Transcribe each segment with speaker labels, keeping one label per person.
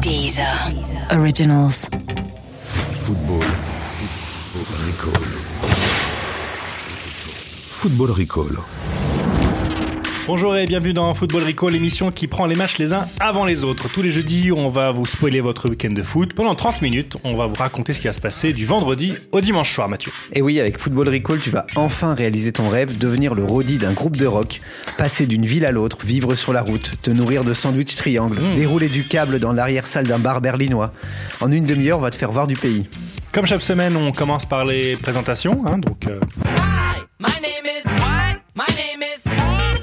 Speaker 1: Deezer Originals.
Speaker 2: Football. Recall. Football Recall.
Speaker 3: Bonjour et bienvenue dans Football Rico, l'émission qui prend les matchs les uns avant les autres. Tous les jeudis, on va vous spoiler votre week-end de foot. Pendant 30 minutes, on va vous raconter ce qui va se passer du vendredi au dimanche soir, Mathieu.
Speaker 4: Et oui, avec Football Recall, tu vas enfin réaliser ton rêve, devenir le roadie d'un groupe de rock, passer d'une ville à l'autre, vivre sur la route, te nourrir de sandwich triangle, dérouler du câble dans l'arrière-salle d'un bar berlinois. En une demi-heure, on va te faire voir du pays.
Speaker 3: Comme chaque semaine, on commence par les présentations. hein, donc, euh,
Speaker 5: Hi, my name is what? My name is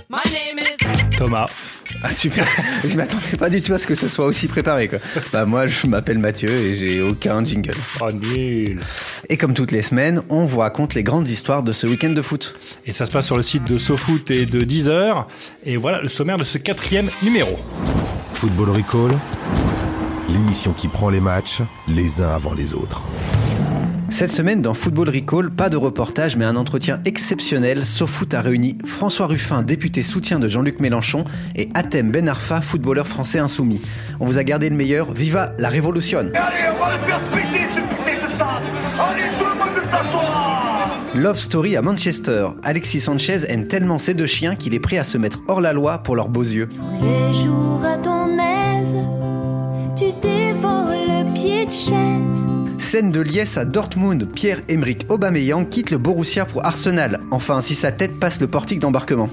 Speaker 5: my name is
Speaker 3: Thomas.
Speaker 4: Ah super Je m'attendais pas du tout à ce que ce soit aussi préparé quoi. Bah moi, je m'appelle Mathieu et j'ai aucun jingle.
Speaker 3: Oh, nul.
Speaker 4: Et comme toutes les semaines, on vous raconte les grandes histoires de ce week-end de foot.
Speaker 3: Et ça se passe sur le site de SoFoot et de Deezer. Et voilà le sommaire de ce quatrième numéro.
Speaker 2: Football Recall. L'émission qui prend les matchs les uns avant les autres.
Speaker 4: Cette semaine, dans Football Recall, pas de reportage, mais un entretien exceptionnel. SoFoot a réuni François Ruffin, député soutien de Jean-Luc Mélenchon, et Atem Ben Arfa, footballeur français insoumis. On vous a gardé le meilleur. Viva la révolution
Speaker 6: Allez, on va le faire péter ce putain de stade Allez, tout le monde s'asseoir
Speaker 4: Love Story à Manchester. Alexis Sanchez aime tellement ces deux chiens qu'il est prêt à se mettre hors la loi pour leurs beaux yeux.
Speaker 7: Les jours à ton aise, tu dévores le pied de chaise.
Speaker 4: Scène de liesse à Dortmund. Pierre-Emerick Aubameyang quitte le Borussia pour Arsenal. Enfin, si sa tête passe le portique d'embarquement.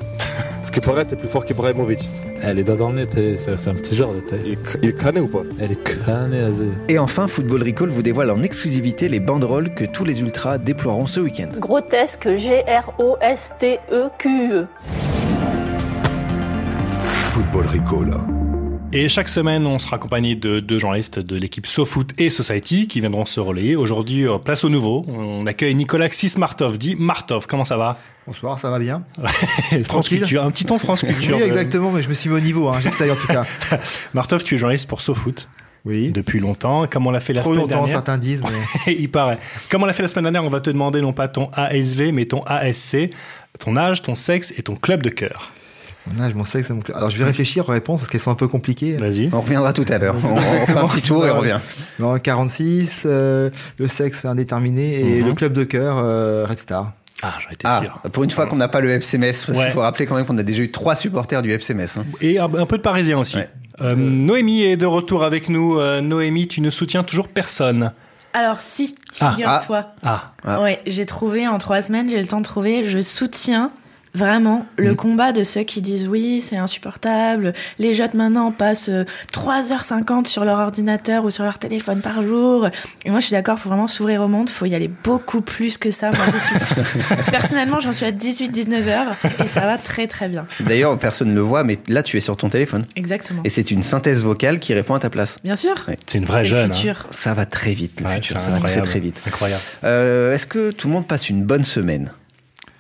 Speaker 8: Ce qui paraît, t'es plus fort qu'Ibrahimovic.
Speaker 9: Elle est Eh, doigts dans le nez, t'es- c'est c'est un petit genre de tête.
Speaker 8: Il, est cr- il est crâné ou pas
Speaker 9: Elle est crânée, vas-y.
Speaker 4: Et enfin, Football Recall vous dévoile en exclusivité les banderoles que tous les ultras déploieront ce week-end.
Speaker 10: Grotesque, G-R-O-S-T-E-Q-E.
Speaker 2: Football Recall.
Speaker 3: Et chaque semaine, on sera accompagné de deux journalistes de l'équipe SoFoot et Society qui viendront se relayer. Aujourd'hui, euh, place au nouveau. On accueille Nicolas Xismartov, dit Martov. Comment ça va
Speaker 11: Bonsoir, ça va bien
Speaker 3: France
Speaker 11: Tranquille.
Speaker 3: Culture, un petit ton France Culture.
Speaker 11: Oui, exactement, mais je me suis mis au niveau, hein, j'essaye en tout cas.
Speaker 3: Martov, tu es journaliste pour SoFoot
Speaker 11: Oui,
Speaker 3: depuis longtemps. Comme on l'a fait la
Speaker 11: trop
Speaker 3: semaine
Speaker 11: longtemps
Speaker 3: dernière,
Speaker 11: certains disent, mais
Speaker 3: il paraît. Comme on l'a fait la semaine dernière, on va te demander non pas ton ASV, mais ton ASC, ton âge, ton sexe et ton club de cœur.
Speaker 11: mon âge, mon sexe, mon cl- Alors je vais réfléchir aux réponses parce qu'elles sont un peu compliquées.
Speaker 3: Vas-y.
Speaker 4: On reviendra tout à l'heure. On, on fait un petit tour et on revient.
Speaker 11: Non, 46, euh, le sexe indéterminé et
Speaker 3: Mhm.
Speaker 11: le club de cœur euh, Red Star.
Speaker 3: Ah, j'aurais été
Speaker 4: Ah,
Speaker 3: sûr.
Speaker 4: pour une fois qu'on n'a pas le FCMS, parce
Speaker 3: Ouais.
Speaker 4: qu'il faut rappeler quand même qu'on a déjà eu trois supporters du FCMS. hein.
Speaker 3: Et un, un peu de parisien aussi.
Speaker 4: Ouais.
Speaker 3: Euh, Noémie est de retour avec nous. Euh, Noémie, tu ne soutiens toujours personne.
Speaker 12: Alors si,
Speaker 3: Ah,
Speaker 12: figure-toi.
Speaker 3: Ah,
Speaker 4: ah.
Speaker 12: Ouais, j'ai trouvé en trois semaines, j'ai le temps de trouver. Je soutiens vraiment
Speaker 4: Mm.
Speaker 12: le combat de ceux qui disent oui, c'est insupportable. Les jeunes maintenant passent euh, 3h50 sur leur ordinateur ou sur leur téléphone par jour. Et moi, je suis d'accord, faut vraiment s'ouvrir au monde, faut y aller beaucoup plus que ça. Moi, j'y suis- Personnellement, j'en suis à 18-19 heures et ça va très très bien.
Speaker 4: D'ailleurs, personne ne le voit, mais là, tu es sur ton téléphone.
Speaker 12: Exactement.
Speaker 4: Et c'est une synthèse vocale qui répond à ta place.
Speaker 12: Bien sûr.
Speaker 4: Ouais.
Speaker 3: c'est une
Speaker 12: c'est
Speaker 3: vraie
Speaker 12: le
Speaker 3: jeune. hein.
Speaker 12: futur.
Speaker 4: Ça va très vite, le
Speaker 3: Ouais,
Speaker 4: futur.
Speaker 3: c'est
Speaker 4: Ça va très
Speaker 3: incroyable.
Speaker 4: très vite.
Speaker 3: Incroyable.
Speaker 4: Euh, Est-ce que tout le monde passe une bonne semaine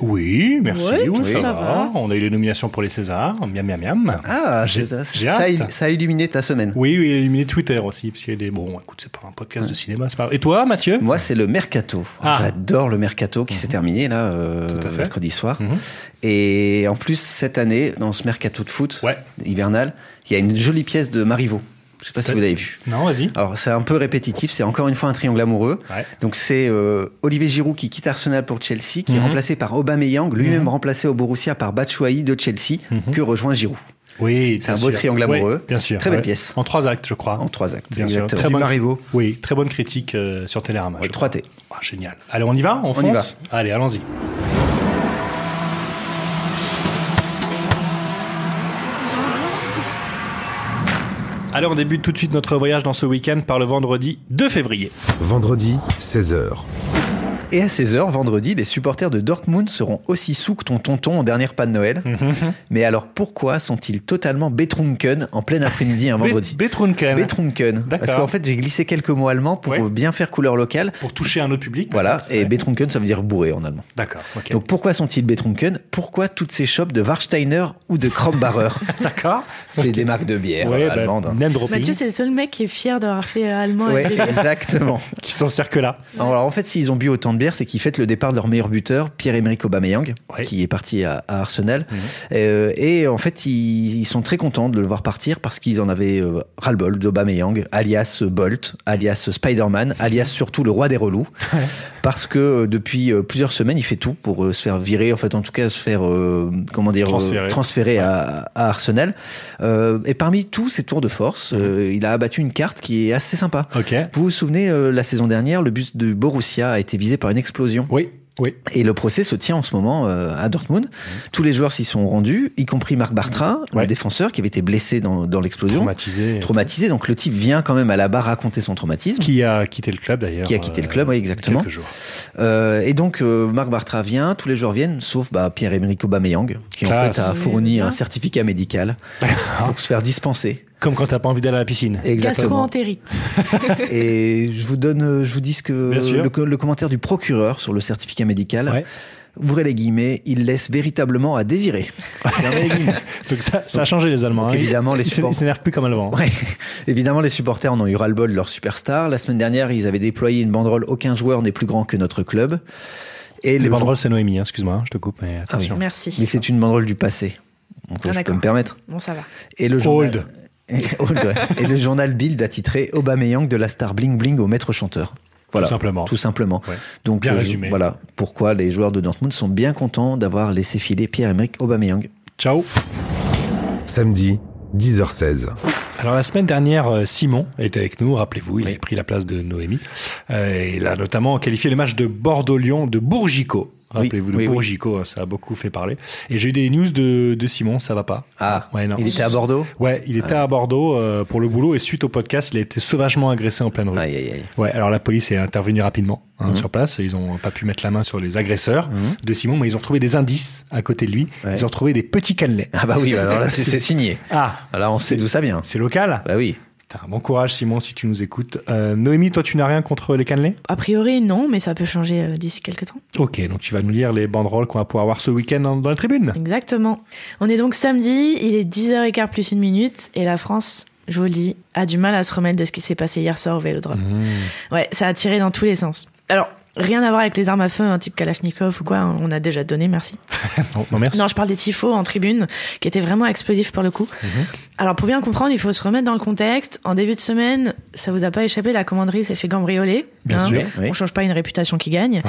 Speaker 3: Oui, merci.
Speaker 12: Ouais,
Speaker 3: oui,
Speaker 12: oui,
Speaker 3: ça,
Speaker 12: ça
Speaker 3: va.
Speaker 12: va.
Speaker 3: On a eu les nominations pour les Césars. Miam, miam, miam.
Speaker 4: Ah,
Speaker 3: J'ai-
Speaker 4: c'est-
Speaker 3: j'ai
Speaker 4: ça, a-
Speaker 3: hâte.
Speaker 4: ça a illuminé ta semaine.
Speaker 3: Oui, oui, il a éliminé Twitter aussi, parce qu'il y a des... Bon, écoute, c'est pas un podcast de cinéma, c'est pas... Et toi, Mathieu
Speaker 4: Moi, c'est le mercato.
Speaker 3: Ah. Mhm.
Speaker 4: J'adore le mercato qui s'est terminé là euh,
Speaker 3: Tout à fait.
Speaker 4: mercredi soir.
Speaker 3: Mhm.
Speaker 4: Et en plus, cette année, dans ce mercato de foot
Speaker 3: Ouais.
Speaker 4: hivernal, il y a une jolie pièce de Marivaux. Je sais pas si
Speaker 3: C'est-
Speaker 4: vous l'avez vue.
Speaker 3: Non, vas-y.
Speaker 4: Alors c'est un peu répétitif, c'est encore une fois un triangle amoureux.
Speaker 3: Ouais.
Speaker 4: Donc c'est euh, Olivier Giroud qui quitte Arsenal pour Chelsea, qui
Speaker 3: Mhm.
Speaker 4: est remplacé par Aubameyang, lui-même remplacé au Borussia par Batshuayi de Chelsea,
Speaker 3: Mhm.
Speaker 4: que rejoint Giroud
Speaker 3: Oui,
Speaker 4: C'est un
Speaker 3: bien
Speaker 4: beau
Speaker 3: sûr.
Speaker 4: triangle amoureux.
Speaker 3: Ouais, bien sûr.
Speaker 4: Très belle pièce.
Speaker 3: En trois actes, je crois.
Speaker 4: en trois actes.
Speaker 3: Bien sûr.
Speaker 4: exactement.
Speaker 3: Très
Speaker 11: Du
Speaker 3: bonne-
Speaker 11: Marivaux.
Speaker 3: Oui, très bonne critique euh, sur Télérama.
Speaker 4: Ouais,
Speaker 3: je
Speaker 4: 3T.
Speaker 3: crois. Ah, génial. Allez, on y va On,
Speaker 4: On y
Speaker 3: fonce Allez, allons-y. Allez, on débute tout de suite notre voyage dans ce week-end par le vendredi 2 février.
Speaker 2: Vendredi, 16h.
Speaker 4: Et à 16h, vendredi, les supporters de Dortmund seront aussi sous que ton tonton en dernière panne de Noël.
Speaker 3: Mhm.
Speaker 4: Mais alors pourquoi sont-ils totalement betrunken en plein après-midi un vendredi
Speaker 3: Bet- Betrunken.
Speaker 4: Betrunken.
Speaker 3: D'accord.
Speaker 4: Parce qu'en fait, j'ai glissé quelques mots allemands pour
Speaker 3: Ouais.
Speaker 4: bien faire couleur locale.
Speaker 3: Pour toucher un autre public.
Speaker 4: Voilà,
Speaker 3: peut-être.
Speaker 4: et
Speaker 3: Ouais.
Speaker 4: betrunken, ça veut dire bourré en allemand.
Speaker 3: D'accord, ok.
Speaker 4: Donc pourquoi sont-ils betrunken Pourquoi toutes ces shops de Warsteiner ou de Krambarer
Speaker 3: D'accord.
Speaker 4: C'est des marques de bière
Speaker 3: Ouais,
Speaker 4: euh,
Speaker 3: bah,
Speaker 4: allemandes. hein.
Speaker 3: name dropping,
Speaker 12: Mathieu, c'est le seul mec qui est fier d'avoir fait euh, allemand
Speaker 4: Ouais,
Speaker 12: avec les-
Speaker 4: exactement.
Speaker 3: qui s'en sert que là.
Speaker 4: Alors en fait, s'ils ont bu autant de de bière, c'est qu'ils fêtent le départ de leur meilleur buteur, Pierre-Emerick Aubameyang, qui est parti à, à Arsenal. Euh, et en fait, ils, ils sont très contents de le voir partir parce qu'ils en avaient euh, ras-le-bol d'Aubameyang, alias Bolt, alias Spider-Man, alias surtout le roi des relous. parce que euh, depuis euh, plusieurs semaines, il fait tout pour euh, se faire virer, en fait, en tout cas, se faire, euh, comment dire, euh,
Speaker 3: Transférer.
Speaker 4: transféré à, à Arsenal. Euh, et parmi tous ses tours de force, euh, il a abattu une carte qui est assez sympa. Vous vous souvenez, euh, la saison dernière, le bus de Borussia a été visé par une explosion.
Speaker 9: Oui. Oui.
Speaker 4: Et le procès se tient en ce moment euh, à Dortmund.
Speaker 3: Mmh.
Speaker 4: Tous les joueurs s'y sont rendus, y compris Marc Bartra, le défenseur qui avait été blessé dans, dans l'explosion.
Speaker 3: Traumatisé.
Speaker 4: Traumatisé. Donc le type vient quand même à la barre raconter son traumatisme.
Speaker 3: Qui a quitté le club d'ailleurs.
Speaker 4: Qui a quitté le club, oui, exactement.
Speaker 3: quelques jours.
Speaker 4: Euh, et donc euh, Marc Bartra vient, tous les joueurs viennent, sauf bah, Pierre-Emerick Aubameyang, qui
Speaker 3: Classe.
Speaker 4: en fait a fourni un certificat médical pour se faire dispenser.
Speaker 3: Comme quand t'as pas envie d'aller à la piscine.
Speaker 4: Exactement.
Speaker 12: Gastro-entérite.
Speaker 4: Et je vous donne, euh, je vous dis ce que
Speaker 3: Bien sûr.
Speaker 4: le, co- le commentaire du procureur sur le certificat médical. Ouvrez les guillemets, il laisse véritablement à désirer. Fermez les guillemets.
Speaker 3: Donc ça, ça a changé les Allemands.
Speaker 4: Donc,
Speaker 3: hein.
Speaker 4: évidemment, les
Speaker 3: Ils s'é-
Speaker 4: supports-
Speaker 3: ils s'énervent plus comme avant.
Speaker 4: Ouais. Évidemment, les supporters en ont eu ras-le-bol de leur superstar. La semaine dernière, ils avaient déployé une banderole Aucun joueur n'est plus grand que notre club. Et
Speaker 3: Les
Speaker 4: le jour-
Speaker 3: banderoles, c'est Noémie, hein, excuse-moi, hein, je te coupe, mais
Speaker 4: Ah oui.
Speaker 3: attention.
Speaker 12: Merci.
Speaker 4: Mais c'est une banderole du passé. Donc, je
Speaker 12: Ah,
Speaker 4: peux
Speaker 12: d'accord.
Speaker 4: me permettre.
Speaker 12: Bon, ça va.
Speaker 4: Et le journal... Old, ouais. Et le journal Bild a titré Aubameyang de la star bling bling au maître chanteur. Voilà.
Speaker 3: Tout simplement.
Speaker 4: Tout simplement. Donc
Speaker 3: Bien
Speaker 4: euh,
Speaker 3: résumé.
Speaker 4: voilà pourquoi les joueurs de Dortmund sont bien contents d'avoir laissé filer Pierre-Emerick Aubameyang.
Speaker 3: Ciao.
Speaker 2: Samedi, 10h16.
Speaker 3: Alors la semaine dernière, euh, Simon était avec nous, rappelez-vous, il avait pris la place de Noémie. Euh, il a notamment qualifié le match de Bordeaux-Lyon de Bourgico. Rappelez-vous, de
Speaker 4: oui, oui.
Speaker 3: Bourgico, hein, ça a beaucoup fait parler. Et j'ai eu des news de, de Simon, ça va pas.
Speaker 4: Ah,
Speaker 3: Ouais, non.
Speaker 4: il était à Bordeaux
Speaker 3: Ouais, il était à Bordeaux euh, pour le boulot et suite au podcast, il a été sauvagement agressé en pleine rue.
Speaker 4: Aïe, aïe, aïe.
Speaker 3: Ouais, alors la police est intervenue rapidement hein,
Speaker 4: Mhm.
Speaker 3: sur place. Ils ont pas pu mettre la main sur les agresseurs
Speaker 4: Mmh.
Speaker 3: de Simon, mais ils ont trouvé des indices à côté de lui. Ils ont trouvé des petits cannelets.
Speaker 4: Ah bah oui, bah alors là, c'est c'est signé.
Speaker 3: Ah,
Speaker 4: Alors on sait d'où ça vient.
Speaker 3: c'est local
Speaker 4: Bah oui.
Speaker 3: Putain, Bon courage Simon si tu nous écoutes. Euh, Noémie, toi tu n'as rien contre les cannelés
Speaker 12: A priori, non, mais ça peut changer euh, d'ici quelques temps.
Speaker 3: Ok, donc tu vas nous lire les banderoles qu'on va pouvoir voir ce week-end dans, dans la tribune.
Speaker 12: Exactement. On est donc samedi, il est 10h15 plus une minute, et la France, je vous le dis, a du mal à se remettre de ce qui s'est passé hier soir au Vélodrome.
Speaker 3: Mmh. Mm.
Speaker 12: Ouais, ça a tiré dans tous les sens. Alors, rien à voir avec les armes à feu, un type Kalachnikov ou quoi, on a déjà donné, merci.
Speaker 3: Non, non, merci.
Speaker 12: Non, je parle des tifos en tribune, qui étaient vraiment explosifs pour le coup.
Speaker 3: Mm-hmm.
Speaker 12: Alors, pour bien comprendre, il faut se remettre dans le contexte. En début de semaine, ça vous a pas échappé, la commanderie s'est fait cambrioler. hein.
Speaker 3: Bien sûr,
Speaker 4: oui.
Speaker 12: On change pas une réputation qui gagne.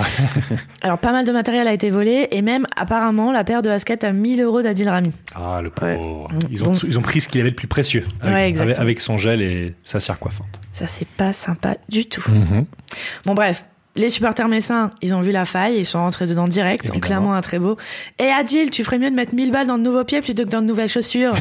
Speaker 12: Alors, pas mal de matériel a été volé, et même, apparemment, la paire de Hasket à 1000 euros d'Adil Rami.
Speaker 3: Ah le pauvre.
Speaker 12: Ouais. Mmh.
Speaker 3: Ils, ont,
Speaker 12: Bon.
Speaker 3: ils ont pris ce qu'il y avait de plus précieux avec,
Speaker 12: Ouais, exactement.
Speaker 3: avec- avec son gel et sa serre coiffante.
Speaker 12: Ça, c'est pas sympa du tout.
Speaker 4: Mmh.
Speaker 12: Bon, bref. Les supporters messins, ils ont vu la faille, ils sont rentrés dedans direct,
Speaker 3: Évidemment.
Speaker 12: donc clairement un très beau. Et Adil, tu ferais mieux de mettre 1000 balles dans de nouveaux pieds plutôt que dans de nouvelles chaussures.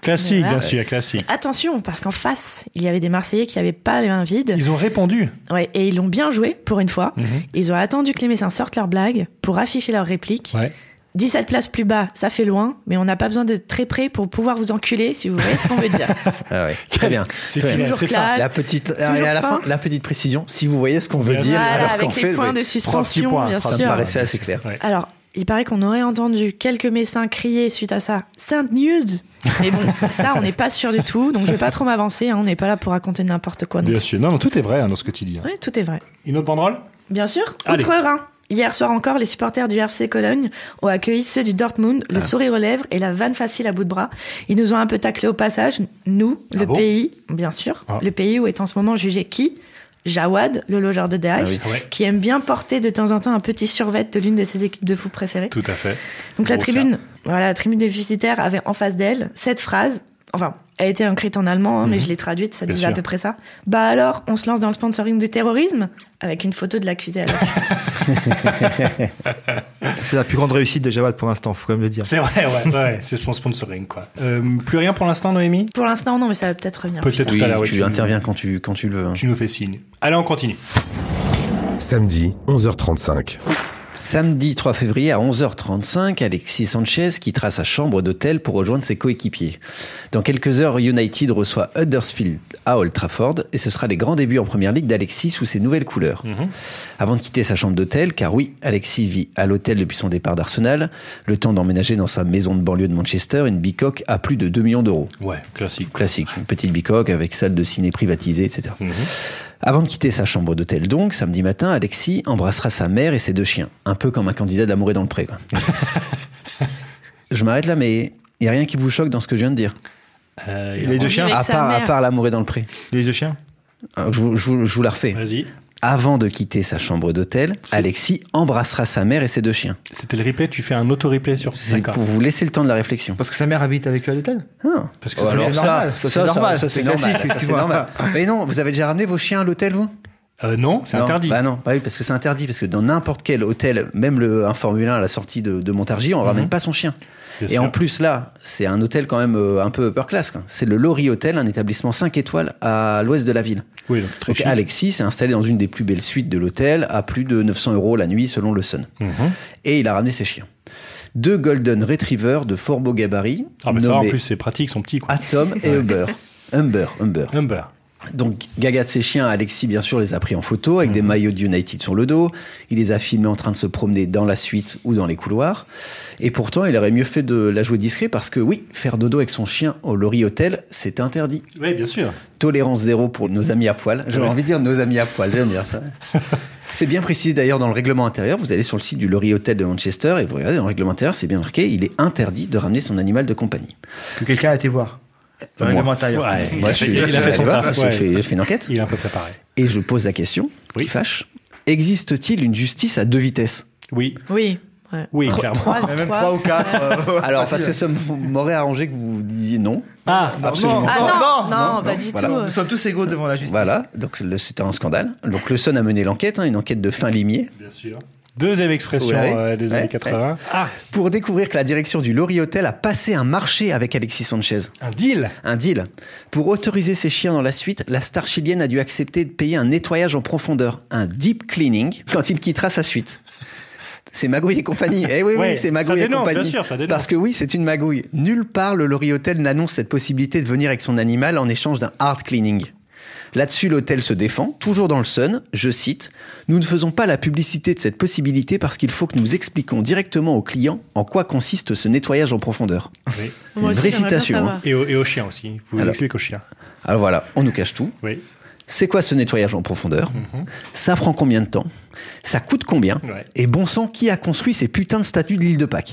Speaker 3: Classique,
Speaker 12: Voilà.
Speaker 3: bien sûr, classique.
Speaker 12: Attention, parce qu'en face, il y avait des Marseillais qui n'avaient pas les mains vides.
Speaker 3: Ils ont répondu.
Speaker 12: Ouais, et ils l'ont bien joué, pour une fois.
Speaker 4: Mmh.
Speaker 3: Mhm.
Speaker 12: Ils ont attendu que les Messins sortent leur blague pour afficher leur réplique.
Speaker 3: Ouais.
Speaker 12: 17 places plus bas, ça fait loin, mais on n'a pas besoin d'être très près pour pouvoir vous enculer, si vous voyez ce qu'on veut dire.
Speaker 4: Ah ouais. Très bien.
Speaker 3: C'est
Speaker 4: Très
Speaker 3: fini,
Speaker 4: bien.
Speaker 12: Toujours
Speaker 3: c'est fin.
Speaker 12: classe.
Speaker 4: La petite,
Speaker 12: Ah,
Speaker 4: ah,
Speaker 12: Toujours
Speaker 4: et à la
Speaker 12: fin.
Speaker 4: fin, la petite précision, si vous voyez ce qu'on veut
Speaker 3: Bien
Speaker 4: dire,
Speaker 3: sûr.
Speaker 12: Voilà,
Speaker 4: alors
Speaker 12: avec
Speaker 4: qu'en
Speaker 12: les
Speaker 4: fait,
Speaker 12: points
Speaker 4: oui.
Speaker 12: de suspension,
Speaker 3: points,
Speaker 12: bien
Speaker 4: ça me
Speaker 12: sûr.
Speaker 4: paraissait assez clair.
Speaker 3: Ouais.
Speaker 12: Alors, il paraît qu'on aurait entendu quelques messins crier suite à ça Sainte Nude Mais bon, ça, on n'est pas sûr du tout, donc je vais pas trop m'avancer, hein, on n'est pas là pour raconter n'importe quoi. non
Speaker 3: Bien sûr. Non, non, tout est vrai hein, dans ce que tu dis. hein.
Speaker 12: plus. Ouais, tout est vrai.
Speaker 3: Une autre banderole
Speaker 12: Bien sûr,
Speaker 3: Allez.
Speaker 12: Outre-Rhin. Hier soir encore, les supporters du RC Cologne ont accueilli ceux du Dortmund,
Speaker 3: Ah.
Speaker 12: le sourire aux lèvres et la vanne facile à bout de bras. Ils nous ont un peu taclé au passage, nous, le
Speaker 3: Ah bon
Speaker 12: pays, bien sûr,
Speaker 3: Ah.
Speaker 12: le pays où est en ce moment jugé qui Jawad, le logeur de Daesh,
Speaker 3: Ah oui. Ouais.
Speaker 12: qui aime bien porter de temps en temps un petit survêt de l'une de ses équipes de foot préférées.
Speaker 3: Tout à fait.
Speaker 12: Donc la
Speaker 3: Gros
Speaker 12: tribune, voilà, la tribune des visiteurs avait en face d'elle cette phrase. Enfin, elle était écrite en allemand, hein, mais je l'ai traduite, ça
Speaker 3: Mhm. Bien
Speaker 12: disait à
Speaker 3: sûr.
Speaker 12: peu près ça. Bah alors, on se lance dans le sponsoring du terrorisme avec une photo de l'accusé. à la-
Speaker 11: C'est la plus grande réussite de Jawad pour l'instant, faut quand même le dire.
Speaker 3: C'est vrai, ouais, ouais, c'est son sponsoring, quoi. Euh, plus rien pour l'instant, Noémie
Speaker 12: Pour l'instant, non, mais ça va peut-être revenir.
Speaker 3: Peut-être
Speaker 4: Oui,
Speaker 3: tout à l'heure, oui,
Speaker 4: tu
Speaker 3: nous-
Speaker 4: interviens quand tu, quand tu le veux. hein.
Speaker 3: Tu nous fais signe. Allez, on continue.
Speaker 2: Samedi, 11h35.
Speaker 4: Samedi 3 février à 11h35, Alexis Sanchez quittera sa chambre d'hôtel pour rejoindre ses coéquipiers. Dans quelques heures, United reçoit Huddersfield à Old Trafford et ce sera les grands débuts en première ligue d'Alexis sous ses nouvelles couleurs.
Speaker 3: Mhm.
Speaker 4: Avant de quitter sa chambre d'hôtel, car oui, Alexis vit à l'hôtel depuis son départ d'Arsenal, le temps d'emménager dans sa maison de banlieue de Manchester une bicoque à plus de 2 millions d'euros
Speaker 3: Ouais, classique. Mhm.
Speaker 4: classique, une petite bicoque avec salle de ciné privatisée, etc. Avant de quitter sa chambre d'hôtel donc, samedi matin, Alexis embrassera sa mère et ses deux chiens. Un peu comme un candidat d'amour et dans le pré. quoi. je m'arrête là, mais il n'y a rien qui vous choque dans ce que je viens de dire.
Speaker 3: il Les a deux chiens
Speaker 4: à
Speaker 3: Avec sa
Speaker 4: part, à
Speaker 3: mère.
Speaker 4: part l'amour et dans le pré.
Speaker 3: Les deux chiens
Speaker 4: Je vous, je vous- je vous la refais.
Speaker 3: Vas-y.
Speaker 4: Avant de quitter sa chambre d'hôtel, Alexis embrassera sa mère et ses deux chiens.
Speaker 3: C'était le replay, tu fais un auto-replay sur
Speaker 4: C'est pour vous laisser le temps de la réflexion. Ah. Parce que sa mère habite avec lui à l'hôtel Parce
Speaker 11: que ça, c'est normal, ça, c'est normal,
Speaker 4: ça,
Speaker 11: c'est
Speaker 4: c'est normal,
Speaker 11: classique,
Speaker 4: ça, c'est
Speaker 11: tu vois.
Speaker 4: normal. Mais non, vous avez déjà ramené vos chiens à l'hôtel, vous
Speaker 3: Euh, Non, c'est interdit.
Speaker 4: Bah non, bah oui, parce que c'est interdit, parce que dans n'importe quel hôtel, même le, un Formule 1 à la sortie de, de Montargis, on ramène pas son chien.
Speaker 3: Mhm. Bien
Speaker 4: Et
Speaker 3: sûr.
Speaker 4: en plus, là, c'est un hôtel quand même euh, un peu upper class. quoi. C'est le Lori Hotel, un établissement 5 étoiles à l'ouest de la ville.
Speaker 3: Oui, donc très
Speaker 4: Donc
Speaker 3: chic.
Speaker 4: Alexis s'est installé dans une des plus belles suites de l'hôtel à plus de 900 euros la nuit selon le Sun.
Speaker 3: Mhm.
Speaker 4: Et il a ramené ses chiens. Deux Golden Retrievers de fort beau gabarit.
Speaker 3: Ah, mais ça, en
Speaker 4: nommés
Speaker 3: plus, c'est pratique, ils sont petits. Quoi.
Speaker 4: Atom et Humber. Humber, Humber.
Speaker 3: Humber.
Speaker 4: Donc, Gaga de ses chiens, Alexis, bien sûr, les a pris en photo avec
Speaker 11: Mhm.
Speaker 4: des maillots de United sur le dos. Il les a filmés en train de se promener dans la suite ou dans les couloirs. Et pourtant, il aurait mieux fait de la jouer discret parce que, oui, faire dodo avec son chien au Lori Hotel, c'est interdit.
Speaker 3: Oui, bien sûr.
Speaker 4: Tolérance zéro pour nos amis à poil. J'avais
Speaker 3: Ouais.
Speaker 4: envie de dire nos amis à poil, j'aime bien ça. C'est bien précisé d'ailleurs dans le règlement intérieur. Vous allez sur le site du Lori Hotel de Manchester et vous regardez dans le règlement intérieur, c'est bien marqué, il est interdit de ramener son animal de compagnie.
Speaker 11: Que quelqu'un a été voir. Le
Speaker 4: Moi.
Speaker 11: règlement intérieur.
Speaker 4: Ouais, moi, je suis- je
Speaker 3: il
Speaker 4: suis
Speaker 3: a fait
Speaker 4: allé
Speaker 3: son
Speaker 4: voir,
Speaker 3: taf,
Speaker 4: j'ai
Speaker 3: ouais.
Speaker 4: fait- j'ai fait une enquête.
Speaker 3: Il est un peu préparé.
Speaker 4: Et je pose la question, qui fâche, existe-t-il une justice à deux vitesses
Speaker 3: Oui.
Speaker 12: Oui. ouais.
Speaker 3: Oui,
Speaker 4: Trois-
Speaker 3: clairement.
Speaker 12: Ah,
Speaker 4: trois-
Speaker 11: Même 3 ou 4.
Speaker 4: Alors, parce que ça m'aurait arrangé que vous disiez non.
Speaker 3: Ah,
Speaker 4: absolument.
Speaker 12: Ah non, non,
Speaker 4: non,
Speaker 12: pas
Speaker 4: non,
Speaker 12: du
Speaker 4: voilà.
Speaker 12: tout. euh.
Speaker 11: Nous sommes tous égaux devant la justice.
Speaker 4: Voilà, donc le- c'était un scandale. Donc le SON a mené l'enquête, hein, une enquête de fin limier.
Speaker 3: Bien sûr. Deuxième expression
Speaker 4: Ouais.
Speaker 3: euh, des
Speaker 4: Ouais,
Speaker 3: années
Speaker 4: ouais.
Speaker 3: 80. Ah,
Speaker 4: Pour découvrir que la direction du Lori Hotel a passé un marché avec Alexis Sanchez.
Speaker 3: un deal
Speaker 4: Un deal. Pour autoriser ses chiens dans la suite, la star chilienne a dû accepter de payer un nettoyage en profondeur, un deep cleaning, quand il quittera sa suite. C'est magouille et compagnie. Eh oui,
Speaker 3: Ouais,
Speaker 4: oui, c'est
Speaker 3: ça
Speaker 4: magouille
Speaker 3: dénonce,
Speaker 4: et compagnie.
Speaker 3: bien sûr, ça dénonce.
Speaker 4: Parce que oui, c'est une magouille. Nulle part le Lori Hotel n'annonce cette possibilité de venir avec son animal en échange d'un hard cleaning. Là-dessus, l'hôtel se défend, toujours dans le Sun, je cite, Nous ne faisons pas la publicité de cette possibilité parce qu'il faut que nous expliquons directement aux clients en quoi consiste ce nettoyage en profondeur.
Speaker 3: Oui.
Speaker 12: Moi
Speaker 4: Une
Speaker 12: aussi,
Speaker 4: vraie
Speaker 12: j'aimerais bien
Speaker 4: citation,
Speaker 12: savoir.
Speaker 4: hein.
Speaker 3: Et, au, et au chien aussi. Faut vous
Speaker 4: Alors.
Speaker 3: expliquez au chien.
Speaker 4: Alors voilà, on nous cache tout.
Speaker 3: Oui.
Speaker 4: C'est quoi ce nettoyage en profondeur
Speaker 11: Mhm.
Speaker 4: Ça prend combien de temps Ça coûte combien
Speaker 3: Ouais.
Speaker 4: Et bon sang, qui a construit ces putains de statues de l'île de Pâques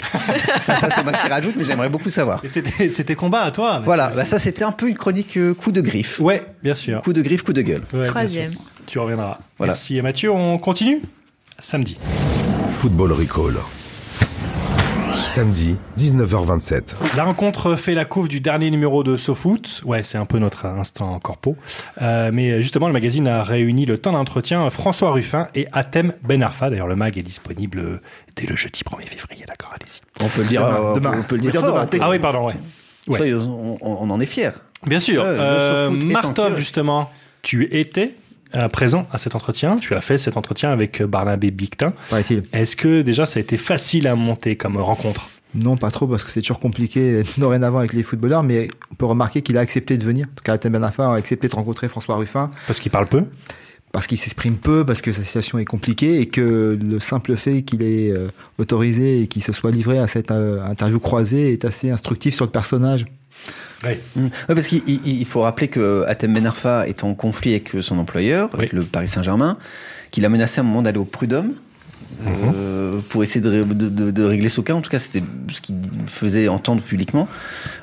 Speaker 4: Ça, c'est moi qui rajoute, mais j'aimerais beaucoup savoir.
Speaker 3: Et c'était c'était combat à toi. mais-
Speaker 4: Voilà, bah ça c'était un peu une chronique euh, coup de griffe.
Speaker 3: Ouais, bien sûr.
Speaker 4: Coup de griffe, coup de gueule.
Speaker 3: Ouais, bien
Speaker 12: Troisième.
Speaker 3: sûr. Tu reviendras.
Speaker 4: Voilà.
Speaker 3: Merci. Et Mathieu, on continue Samedi.
Speaker 2: Football Recall. Samedi, 19h27.
Speaker 3: La rencontre fait la couve du dernier numéro de SoFoot. Ouais, c'est un peu notre instant corpo. Euh, mais justement, le magazine a réuni le temps d'entretien François Ruffin et Atem Ben Arfa. D'ailleurs, le mag est disponible dès le jeudi 1er février. D'accord, allez-y.
Speaker 4: On peut le dire,
Speaker 11: Demain,
Speaker 4: euh,
Speaker 11: demain.
Speaker 4: on peut le
Speaker 11: On peut
Speaker 4: dire,
Speaker 11: dire
Speaker 4: fort,
Speaker 11: demain,
Speaker 4: on peut-
Speaker 3: Ah oui, pardon, ouais. ouais.
Speaker 4: Soyez- on, on- on en est fiers.
Speaker 3: Bien sûr.
Speaker 4: Ouais, le
Speaker 3: Euh,
Speaker 4: SoFoot est en
Speaker 3: Martov,
Speaker 4: kiosque.
Speaker 3: justement, tu étais euh, présent à cet entretien. Tu as fait cet entretien avec euh, Barnabé Bictin.
Speaker 11: Paraît-il.
Speaker 3: Est-ce que déjà ça a été facile à monter comme rencontre
Speaker 11: Non, pas trop, parce que c'est toujours compliqué euh, dorénavant avec les footballeurs, mais on peut remarquer qu'il a accepté de venir. En tout cas, Atem Ben Arfa a accepté de rencontrer François Ruffin,
Speaker 3: Parce qu'il parle peu.
Speaker 11: parce qu'il s'exprime peu, parce que sa situation est compliquée, et que le simple fait qu'il est euh, autorisé et qu'il se soit livré à cette euh, interview croisée est assez instructif sur le personnage.
Speaker 3: Oui.
Speaker 4: Mm. Ouais, parce qu'il il- il faut rappeler que Atem Ben Arfa est en conflit avec euh, son employeur, avec
Speaker 3: Oui.
Speaker 4: le Paris Saint-Germain, qu'il a menacé à un moment d'aller au prud'homme.
Speaker 3: Mhm.
Speaker 4: euh, pour essayer de, ré- de- de- de régler ce cas, en tout cas c'était ce qu'il faisait entendre publiquement,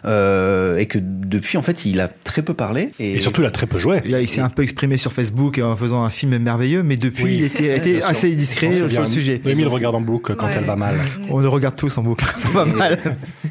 Speaker 4: Euh, et que depuis en fait il a très peu parlé. Et,
Speaker 3: Et surtout, il a très peu joué.
Speaker 11: Il, a- il s'est un peu exprimé sur Facebook en faisant un film merveilleux, mais depuis,
Speaker 3: Oui.
Speaker 11: il était, a été
Speaker 4: Bien sûr.
Speaker 11: assez
Speaker 3: On se
Speaker 11: discret sur
Speaker 3: souvient,
Speaker 11: le sujet.
Speaker 3: Émile regarde en boucle quand
Speaker 12: Ouais.
Speaker 3: elle va mal.
Speaker 11: On le regarde tous en boucle, ça va mal.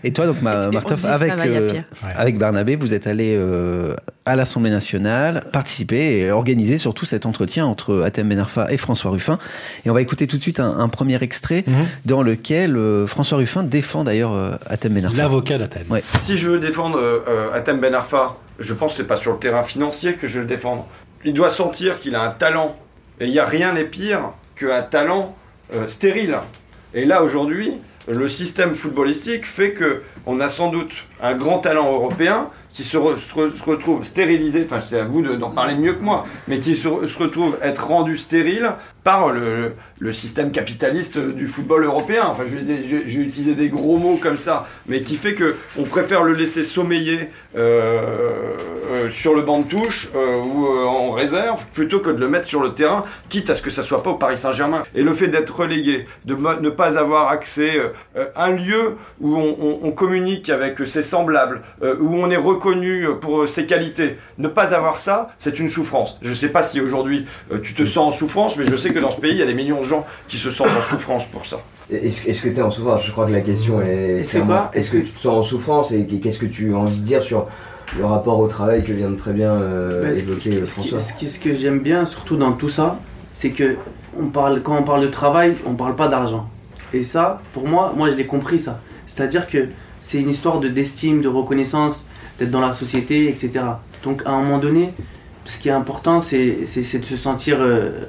Speaker 4: Et toi donc
Speaker 12: Et- et
Speaker 4: Ma-
Speaker 12: on se
Speaker 4: Martov
Speaker 12: dit, ça
Speaker 4: avec
Speaker 12: va, y a
Speaker 4: euh,
Speaker 12: pire.
Speaker 3: Ouais.
Speaker 4: avec Barnabé vous êtes allé euh, à l'Assemblée nationale participer et organiser surtout cet entretien entre Atem Ben Arfa et François Ruffin. Et on va écouter tout de suite un, un premier extrait
Speaker 3: Mhm.
Speaker 4: dans lequel euh, François Ruffin défend d'ailleurs euh, Atem Ben Arfa.
Speaker 3: L'avocat d'Athènes.
Speaker 4: Ouais.
Speaker 10: Si je veux défendre euh, euh, Atem Ben Arfa, je pense que c'est pas sur le terrain financier que je veux le défendre. Il doit sentir qu'il a un talent. Et il n'y a rien n'est pire qu'un talent euh, stérile. Et là, aujourd'hui, le système footballistique fait que on a sans doute un grand talent européen qui se, re- se re- se retrouve stérilisé, enfin c'est à vous de- d'en parler mieux que moi, mais qui se, re- se retrouve être rendu stérile par le, le système capitaliste du football européen. Enfin, je vais des- je- j'ai utilisé des gros mots comme ça, mais qui fait que on préfère le laisser sommeiller euh, euh, sur le banc de touche euh, ou euh, en réserve plutôt que de le mettre sur le terrain, quitte à ce que ça soit pas au Paris Saint-Germain. Et le fait d'être relégué, de mo- ne pas avoir accès euh, euh, à un lieu où on, on- on communique avec ses semblables, euh, où on est reconnu euh, pour euh, ses qualités, ne pas avoir ça, c'est une souffrance. Je sais pas si aujourd'hui euh, tu te sens en souffrance, mais je sais que dans ce pays, il y a des millions de gens qui se sentent en souffrance pour ça.
Speaker 13: Est-ce est-ce que tu es en souffrance Je crois que la question est.
Speaker 10: Et c'est
Speaker 13: clairement,
Speaker 10: quoi
Speaker 13: Est-ce que tu te sens en souffrance et qu'est-ce que tu as envie de dire sur le rapport au travail que vient de très bien euh,
Speaker 14: Bah, ce qui- ce
Speaker 13: évoquer
Speaker 14: qui- ce qui-
Speaker 13: François
Speaker 14: ce qui- ce que j'aime bien, surtout dans tout ça, c'est que on parle, quand on parle de travail, on parle pas d'argent. Et ça, pour moi, moi je l'ai compris ça. C'est-à-dire que c'est une histoire de d'estime, de reconnaissance, d'être dans la société, etc. Donc à un moment donné, ce qui est important, c'est c'est- c'est de se sentir euh,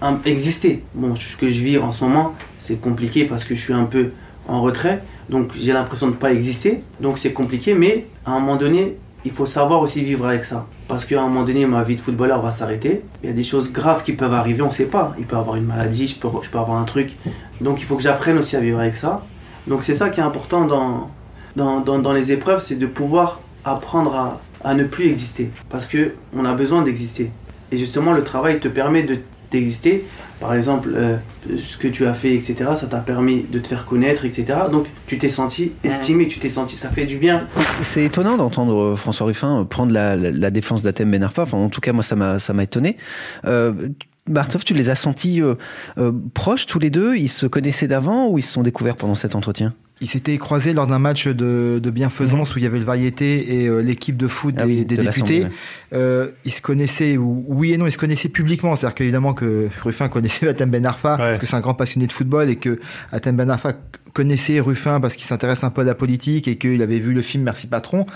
Speaker 14: un- exister. Bon, ce que je vis en ce moment, c'est compliqué parce que je suis un peu en retrait, donc j'ai l'impression de ne pas exister, donc c'est compliqué, mais à un moment donné, il faut savoir aussi vivre avec ça. Parce qu'à un moment donné, ma vie de footballeur va s'arrêter. Il y a des choses graves qui peuvent arriver, on ne sait pas. Il peut y avoir une maladie, je peux, je peux avoir un truc. Donc il faut que j'apprenne aussi à vivre avec ça. Donc c'est ça qui est important dans, dans, dans- dans les épreuves, c'est de pouvoir apprendre à, à ne plus exister. Parce que on a besoin d'exister. Et justement, le travail te permet de- d'exister. Par exemple, euh, ce que tu as fait, etc., ça t'a permis de te faire connaître, etc. Donc tu t'es senti estimé, tu t'es senti, ça fait du bien.
Speaker 4: C'est étonnant d'entendre euh, François Ruffin euh, prendre la, la- la défense d'Athème Ben Arfa. Enfin, en tout cas, moi, ça m'a ça m'a étonné. Euh, Bartov, tu les as sentis euh, euh, proches tous les deux Ils se connaissaient d'avant ou ils se sont découverts pendant cet entretien
Speaker 11: Ils s'étaient croisés lors d'un match de, de bienfaisance où il y avait le variété et euh, l'équipe de foot
Speaker 4: Mhm.
Speaker 11: des, des
Speaker 4: Ah de l'Assemblée,
Speaker 11: députés.
Speaker 4: ouais.
Speaker 11: Euh, ils se connaissaient, ou- oui et non, ils se connaissaient publiquement. C'est-à-dire qu'évidemment que Ruffin connaissait Atem Ben Arfa parce que c'est un grand passionné de football et que Atem Ben Arfa connaissait Ruffin parce qu'il s'intéresse un peu à la politique et qu'il avait vu le film Merci Patron.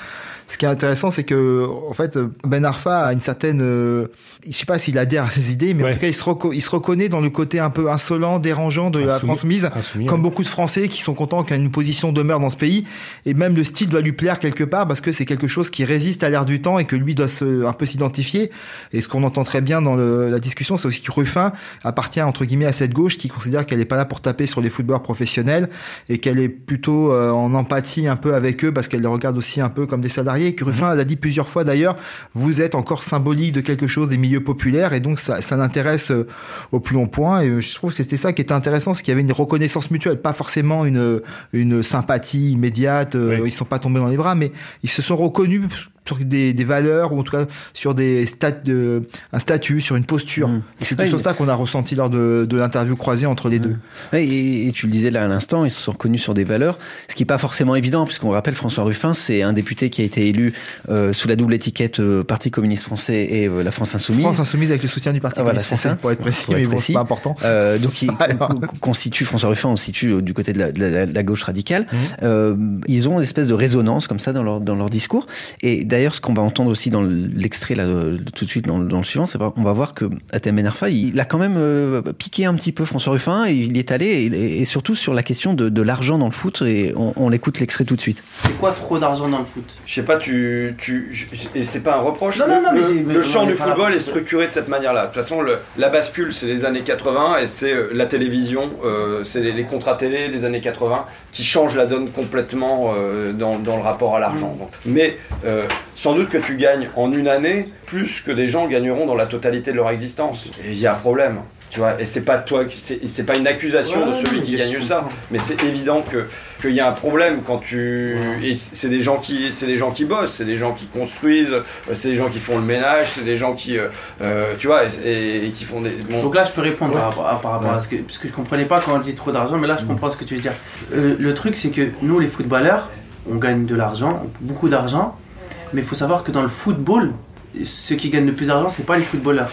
Speaker 11: Ce qui est intéressant, c'est que en fait Ben Arfa a une certaine, euh, je sais pas s'il adhère à ses idées, mais en tout cas il se, reco- il se reconnaît dans le côté un peu insolent, dérangeant de la
Speaker 3: Insoumis-
Speaker 11: France mise,
Speaker 3: insoumis,
Speaker 11: euh, comme
Speaker 3: ouais.
Speaker 11: beaucoup de Français qui sont contents qu'une position demeure dans ce pays. Et même le style doit lui plaire quelque part parce que c'est quelque chose qui résiste à l'air du temps et que lui doit se, un peu s'identifier. Et ce qu'on entend très bien dans le- la discussion, c'est aussi que Ruffin appartient entre guillemets à cette gauche qui considère qu'elle n'est pas là pour taper sur les footballeurs professionnels et qu'elle est plutôt euh, en empathie un peu avec eux parce qu'elle les regarde aussi un peu comme des salariés. Et que Ruffin l'a dit plusieurs fois d'ailleurs, vous êtes encore symbolique de quelque chose des milieux populaires et donc ça, ça l'intéresse euh, au plus long point. Et euh, je trouve que c'était ça qui était intéressant, c'est qu'il y avait une reconnaissance mutuelle, pas forcément une, une sympathie immédiate. euh, Ils sont pas tombés dans les bras, mais ils se sont reconnus sur des, des valeurs ou en tout cas sur des stat, de- un statut, sur une posture.
Speaker 4: Mmh.
Speaker 11: Et C'est tout
Speaker 4: Ouais,
Speaker 11: sur
Speaker 4: mais-
Speaker 11: ça qu'on a ressenti lors de, de l'interview croisée entre
Speaker 4: Mmh.
Speaker 11: les deux.
Speaker 4: Ouais, et, et tu le disais là à l'instant, ils se sont reconnus sur des valeurs, ce qui n'est pas forcément évident, puisqu'on rappelle François Ruffin, c'est un député qui a été élu euh, sous la double étiquette euh, Parti communiste français et euh, la France insoumise.
Speaker 11: France insoumise avec le soutien du Parti
Speaker 4: Ah, voilà,
Speaker 11: communiste
Speaker 4: c'est
Speaker 11: français,
Speaker 4: ça.
Speaker 11: pour être précis, mais bon, c'est pas important.
Speaker 4: Euh, donc, il co- co- constitue, François Ruffin, on se situe euh, du côté de la, de la- de la gauche radicale. Euh, ils ont une espèce de résonance comme ça dans leur, dans leur discours. Et d'ailleurs, ce qu'on va entendre aussi dans l'extrait, là, euh, tout de suite, dans, le- dans le suivant, c'est qu'on va voir que Atem Ben Arfa, il, il a quand même euh, piqué un petit peu François Ruffin, et il y est allé, et, et surtout sur la question de, de l'argent dans le foot, et on, on l'écoute l'extrait tout de suite.
Speaker 14: C'est quoi trop d'argent dans le foot
Speaker 10: Je sais pas, tu. tu je- et c'est pas un reproche.
Speaker 14: Non,
Speaker 10: le,
Speaker 14: non, non, mais
Speaker 10: le-
Speaker 14: c'est- mais
Speaker 10: le
Speaker 14: on
Speaker 10: champ
Speaker 14: est
Speaker 10: du
Speaker 14: pas là
Speaker 10: football
Speaker 14: pour
Speaker 10: est
Speaker 14: ça.
Speaker 10: structuré de cette manière-là. De toute façon, le- la bascule, c'est les années 80 et c'est euh, la télévision, euh, c'est les, les contrats télé des années 80 qui changent la donne complètement euh, dans, dans le rapport à l'argent.
Speaker 14: Mm.
Speaker 10: Donc, Mais euh, sans doute que tu gagnes en une année plus que des gens gagneront dans la totalité de leur existence. Et il y a un problème. Tu vois, et c'est pas toi, qui- c'est c'est pas une accusation
Speaker 14: Ouais,
Speaker 10: de
Speaker 14: ouais,
Speaker 10: celui
Speaker 14: non,
Speaker 10: qui
Speaker 14: mais
Speaker 10: gagne
Speaker 14: je
Speaker 10: ça,
Speaker 14: comprends.
Speaker 10: mais c'est évident que qu'il y a un problème quand tu et c'est des gens qui c'est des gens qui bossent c'est des gens qui construisent euh, c'est des gens qui font le ménage c'est des gens qui euh, euh, tu vois et, et qui font des bon.
Speaker 14: Donc là, je peux répondre
Speaker 10: Ouais. Mm.
Speaker 14: par rapport, à, par rapport à ce que, parce que je comprenais pas quand on dit trop d'argent, mais là, je comprends ce que tu veux dire. Euh, le truc, c'est que nous, les footballeurs, on gagne de l'argent, beaucoup d'argent, mais il faut savoir que dans le football, ceux qui gagnent le plus d'argent, c'est pas les footballeurs.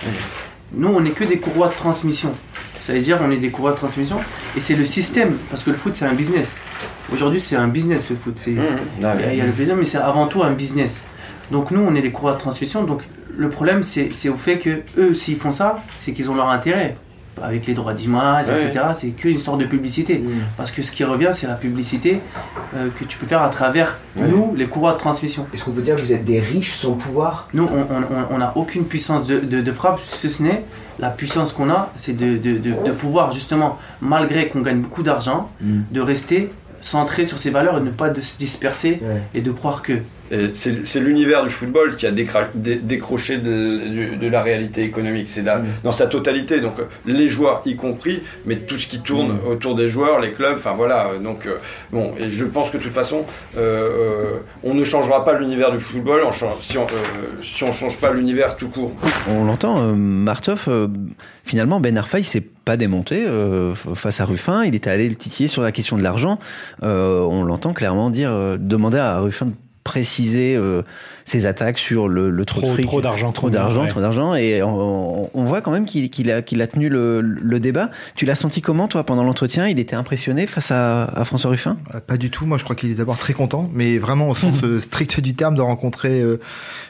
Speaker 14: Nous, on n'est que des courroies de transmission. Ça veut dire, on est des courroies de transmission, et c'est le système, parce que le foot, c'est un business. Aujourd'hui, c'est un business le foot. C'est il y a- il y a le plaisir, mais c'est avant tout un business. Donc nous, on est des courroies de transmission. Donc le problème, c'est c'est au fait que eux, s'ils font ça, c'est qu'ils ont leur intérêt. avec les droits d'image,
Speaker 10: Ouais.
Speaker 14: etc. C'est qu'une histoire de publicité. Parce que ce qui revient, c'est la publicité euh, que tu peux faire à travers
Speaker 13: Ouais.
Speaker 14: nous, les courroies de transmission.
Speaker 13: Est-ce qu'on peut dire que vous êtes des riches sans pouvoir
Speaker 14: Nous, on n'a aucune puissance de, de- de frappe, ce ce n'est la puissance qu'on a, c'est de, de- de- de pouvoir justement, malgré qu'on gagne beaucoup d'argent,
Speaker 13: Mm.
Speaker 14: de rester centré sur ses valeurs et ne pas de se disperser et de croire que
Speaker 10: Et Euh, C'est c'est l'univers du football qui a décra- dé- décroché de, du- de la réalité économique. C'est là dans sa totalité. Donc euh, les joueurs y compris, mais tout ce qui tourne autour des joueurs, les clubs. Enfin voilà. euh, Donc euh, bon, et je pense que de toute façon, euh, euh, on ne changera pas l'univers du football en chan- si on euh, si on change pas l'univers tout court.
Speaker 4: On l'entend, euh, Martov, euh, finalement, Ben Arfa, il s'est pas démonté euh, f- face à Ruffin. Il était allé le titiller sur la question de l'argent. Euh, on l'entend clairement dire, euh, demander à Ruffin de préciser euh, ses attaques sur le, le trop, de
Speaker 3: Trop-
Speaker 4: fric.
Speaker 3: trop d'argent,
Speaker 4: Trop
Speaker 3: trop de-
Speaker 4: d'argent,
Speaker 3: ouais.
Speaker 4: trop d'argent. Et on, on- on voit quand même qu'il qu'il a, qu'il a tenu le, le débat. Tu l'as senti comment, toi, pendant l'entretien Il était impressionné face à, à François Ruffin
Speaker 11: Euh, Pas du tout. Moi, je crois qu'il est d'abord très content, mais vraiment au sens euh, strict du terme de rencontrer euh,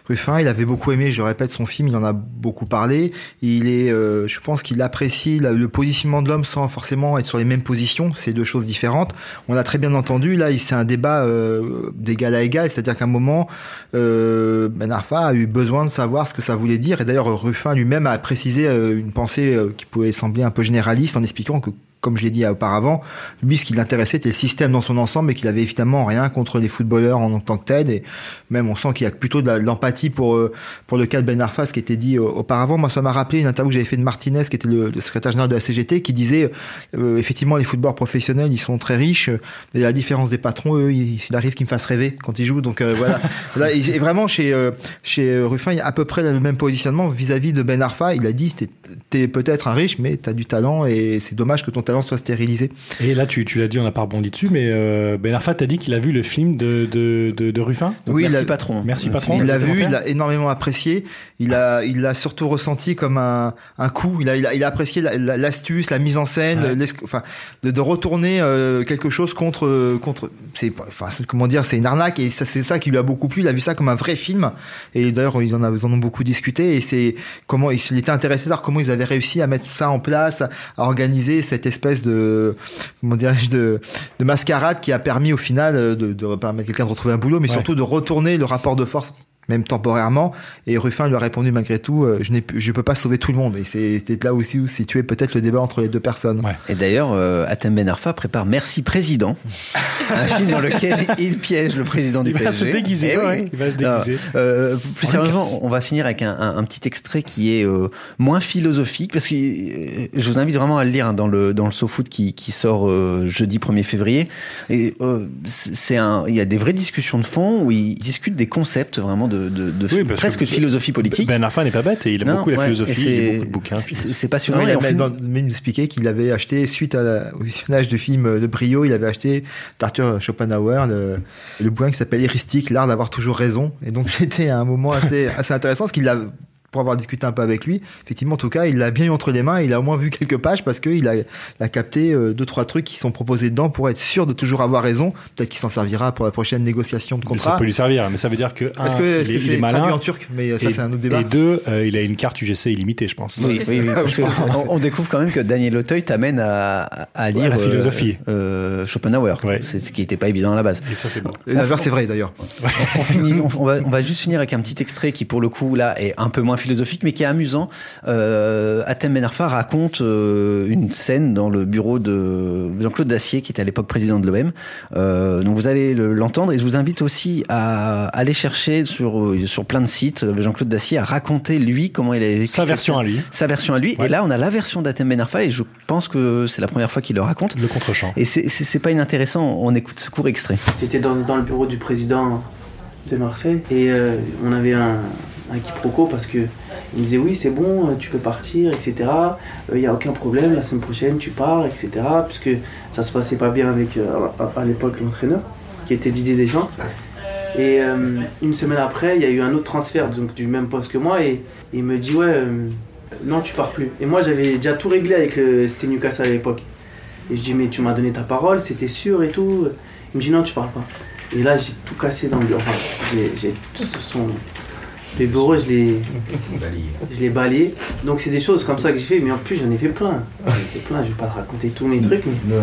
Speaker 11: Ruffin. Il avait beaucoup aimé, je répète, son film. Il en a beaucoup parlé. Il est, euh, je pense qu'il apprécie la- le positionnement de l'homme sans forcément être sur les mêmes positions. C'est deux choses différentes. On l'a très bien entendu. Là, il- c'est un débat euh, d'égal à égal. C'est-à-dire qu'à un moment, euh, Ben Arfa a eu besoin de savoir ce que ça voulait dire. Et d'ailleurs, Ruffin lui-même a précisé euh, une pensée euh, qui pouvait sembler un peu généraliste en expliquant que comme je l'ai dit auparavant, lui, ce qui l'intéressait, c'était le système dans son ensemble et qu'il avait évidemment rien contre les footballeurs en tant que tel. Et même, on sent qu'il y a plutôt de la- de l'empathie pour, euh, pour le cas de Ben Arfa, ce qui était dit euh, auparavant. Moi, ça m'a rappelé une interview que j'avais fait de Martinez, qui était le, le secrétaire général de la CGT, qui disait, euh, effectivement, les footballeurs professionnels, ils sont très riches. euh, Et à la différence des patrons, eux, il, il arrive qu'ils me fassent rêver quand ils jouent. Donc, euh, voilà. Là, et, et vraiment, chez, euh, chez euh, Ruffin, il y a à peu près le même positionnement vis-à-vis de Ben Arfa. Il a dit, t'es- t'es peut-être un riche, mais t'as du talent et c'est dommage que ton talent soit stérilisé.
Speaker 3: Et là, tu, tu l'as dit, on n'a pas rebondi dessus, mais euh, Ben Arfa t'a dit qu'il a vu le film de, de, de, de Ruffin.
Speaker 11: Oui, il a-
Speaker 3: Merci patron.
Speaker 11: Il l'a vu, il
Speaker 3: Commentaire
Speaker 11: l'a énormément apprécié. Il a, il l'a surtout ressenti comme un, un coup. Il a, il a, il a apprécié la- la- l'astuce, la, mise en scène, l'es- enfin, de, de retourner euh, quelque chose contre, euh, contre. C'est, pas- enfin, c'est- comment dire, c'est une arnaque et ça, c'est ça qui lui a beaucoup plu. Il a vu ça comme un vrai film. Et d'ailleurs, ils en, a- ils en ont beaucoup discuté. Et c'est comment il, s- il était intéressé de voir comment ils avaient réussi à mettre ça en place, à organiser cette espèce de, comment dirais-je, de, de mascarade qui a permis au final euh, de, de permettre à quelqu'un de retrouver un boulot, mais
Speaker 3: Ouais.
Speaker 11: surtout de retourner le rapport de force même temporairement et Ruffin lui a répondu malgré tout euh, je n'ai pu- je peux pas sauver tout le monde et c'est c'était là aussi où se situait peut-être le débat entre les deux personnes
Speaker 4: Et d'ailleurs, euh, Atem Ben Arfa prépare Merci Président, un film dans lequel il piège le président du
Speaker 3: Il va
Speaker 4: PSG.
Speaker 3: se déguiser,
Speaker 4: Eh oui.
Speaker 3: ouais, il va se déguiser.
Speaker 4: Non, euh, plus
Speaker 3: On
Speaker 4: sérieusement,
Speaker 3: le casse.
Speaker 4: on va finir avec un, un- un petit extrait qui est euh, moins philosophique, parce que euh, je vous invite vraiment à le lire hein, dans le dans le SoFoot qui, qui sort euh, jeudi 1er février. Et euh, c'est c'est un, il y a des vraies discussions de fond où ils discutent des concepts vraiment de, de, de
Speaker 3: Oui, parce
Speaker 4: presque
Speaker 3: que
Speaker 4: de philosophie politique.
Speaker 3: Ben Arfa n'est pas bête et il aime
Speaker 4: Non,
Speaker 3: beaucoup la
Speaker 4: ouais,
Speaker 3: philosophie,
Speaker 4: et
Speaker 3: il
Speaker 4: c'est-
Speaker 3: a beaucoup de bouquins.
Speaker 4: c'est- C'est passionnant.
Speaker 11: Non, il
Speaker 4: et
Speaker 11: a
Speaker 4: en film-
Speaker 11: même, dans- même expliqué qu'il avait acheté suite à la- au visionnage du film euh, de Brio il avait acheté d'Arthur Schopenhauer le, le bouquin qui s'appelle Heuristique l'art d'avoir toujours raison et donc c'était un moment assez, assez intéressant parce qu'il l'a pour avoir discuté un peu avec lui, effectivement, en tout cas, il l'a bien eu entre les mains. Il a au moins vu quelques pages parce qu'il a, il a capté euh, deux trois trucs qui sont proposés dedans pour être sûr de toujours avoir raison. Peut-être qu'il s'en servira pour la prochaine négociation de
Speaker 3: Ça
Speaker 11: contrat.
Speaker 3: peut lui servir, mais ça veut dire que un,
Speaker 11: Est-ce que- est-ce
Speaker 3: il, est,
Speaker 11: que
Speaker 3: il
Speaker 11: c'est
Speaker 3: est malin.
Speaker 11: traduit en turc Mais ça,
Speaker 3: Et-
Speaker 11: c'est un autre débat.
Speaker 3: Et deux, euh, il a une carte UGC illimitée, je pense.
Speaker 4: Oui, oui, oui,
Speaker 11: Ah,
Speaker 4: parce que on, on découvre quand même que Daniel Auteuil t'amène à, à- à lire
Speaker 3: la philosophie.
Speaker 4: euh, euh, Schopenhauer. C'est ce qui n'était pas évident à la base.
Speaker 3: Et ça, c'est bon.
Speaker 11: Et L'inverse c'est vrai d'ailleurs.
Speaker 4: On, finit- on- on va, on va juste finir avec un petit extrait qui, pour le coup, là, est un peu moins philosophique, mais qui est amusant. Euh, Atem Ben Arfa raconte euh, une scène dans le bureau de Jean-Claude Dacier, qui était à l'époque président de l'OM. Euh, donc vous allez le- l'entendre, et je vous invite aussi à aller chercher sur euh, sur plein de sites euh, Jean-Claude Dacier à raconter lui comment il a vécu
Speaker 3: Sa
Speaker 4: cette
Speaker 3: version
Speaker 4: scène.
Speaker 3: à lui.
Speaker 4: Sa version à lui. Et là, on a la version d'Atem Ben Arfa, et je pense que c'est la première fois qu'il le raconte.
Speaker 3: Le contre-champ.
Speaker 4: Et c'est- c'est c'est pas inintéressant. On écoute ce court extrait.
Speaker 14: J'étais dans, dans le bureau du président de Marseille et euh, on avait un, un quiproquo parce que il me disait oui c'est bon euh, tu peux partir etc il n'y a aucun problème la semaine prochaine tu pars etc puisque ça se passait pas bien avec euh, à, à l'époque l'entraîneur qui était Didier Deschamps et euh, une semaine après il y a eu un autre transfert donc du même poste que moi et et il me dit ouais euh, non tu pars plus et moi j'avais déjà tout réglé avec euh, c'était Newcastle à l'époque et je dis, mais tu m'as donné ta parole, c'était sûr et tout. Il me dit, non, tu parles pas. Et là, j'ai tout cassé dans le bureau. Enfin, j'ai j'ai tout son. Les bureaux, je les, je les balayais. Donc c'est des choses comme ça que j'ai fait, mais en plus j'en ai fait plein. J'en ai fait plein, je vais pas te raconter tous mes trucs, mais,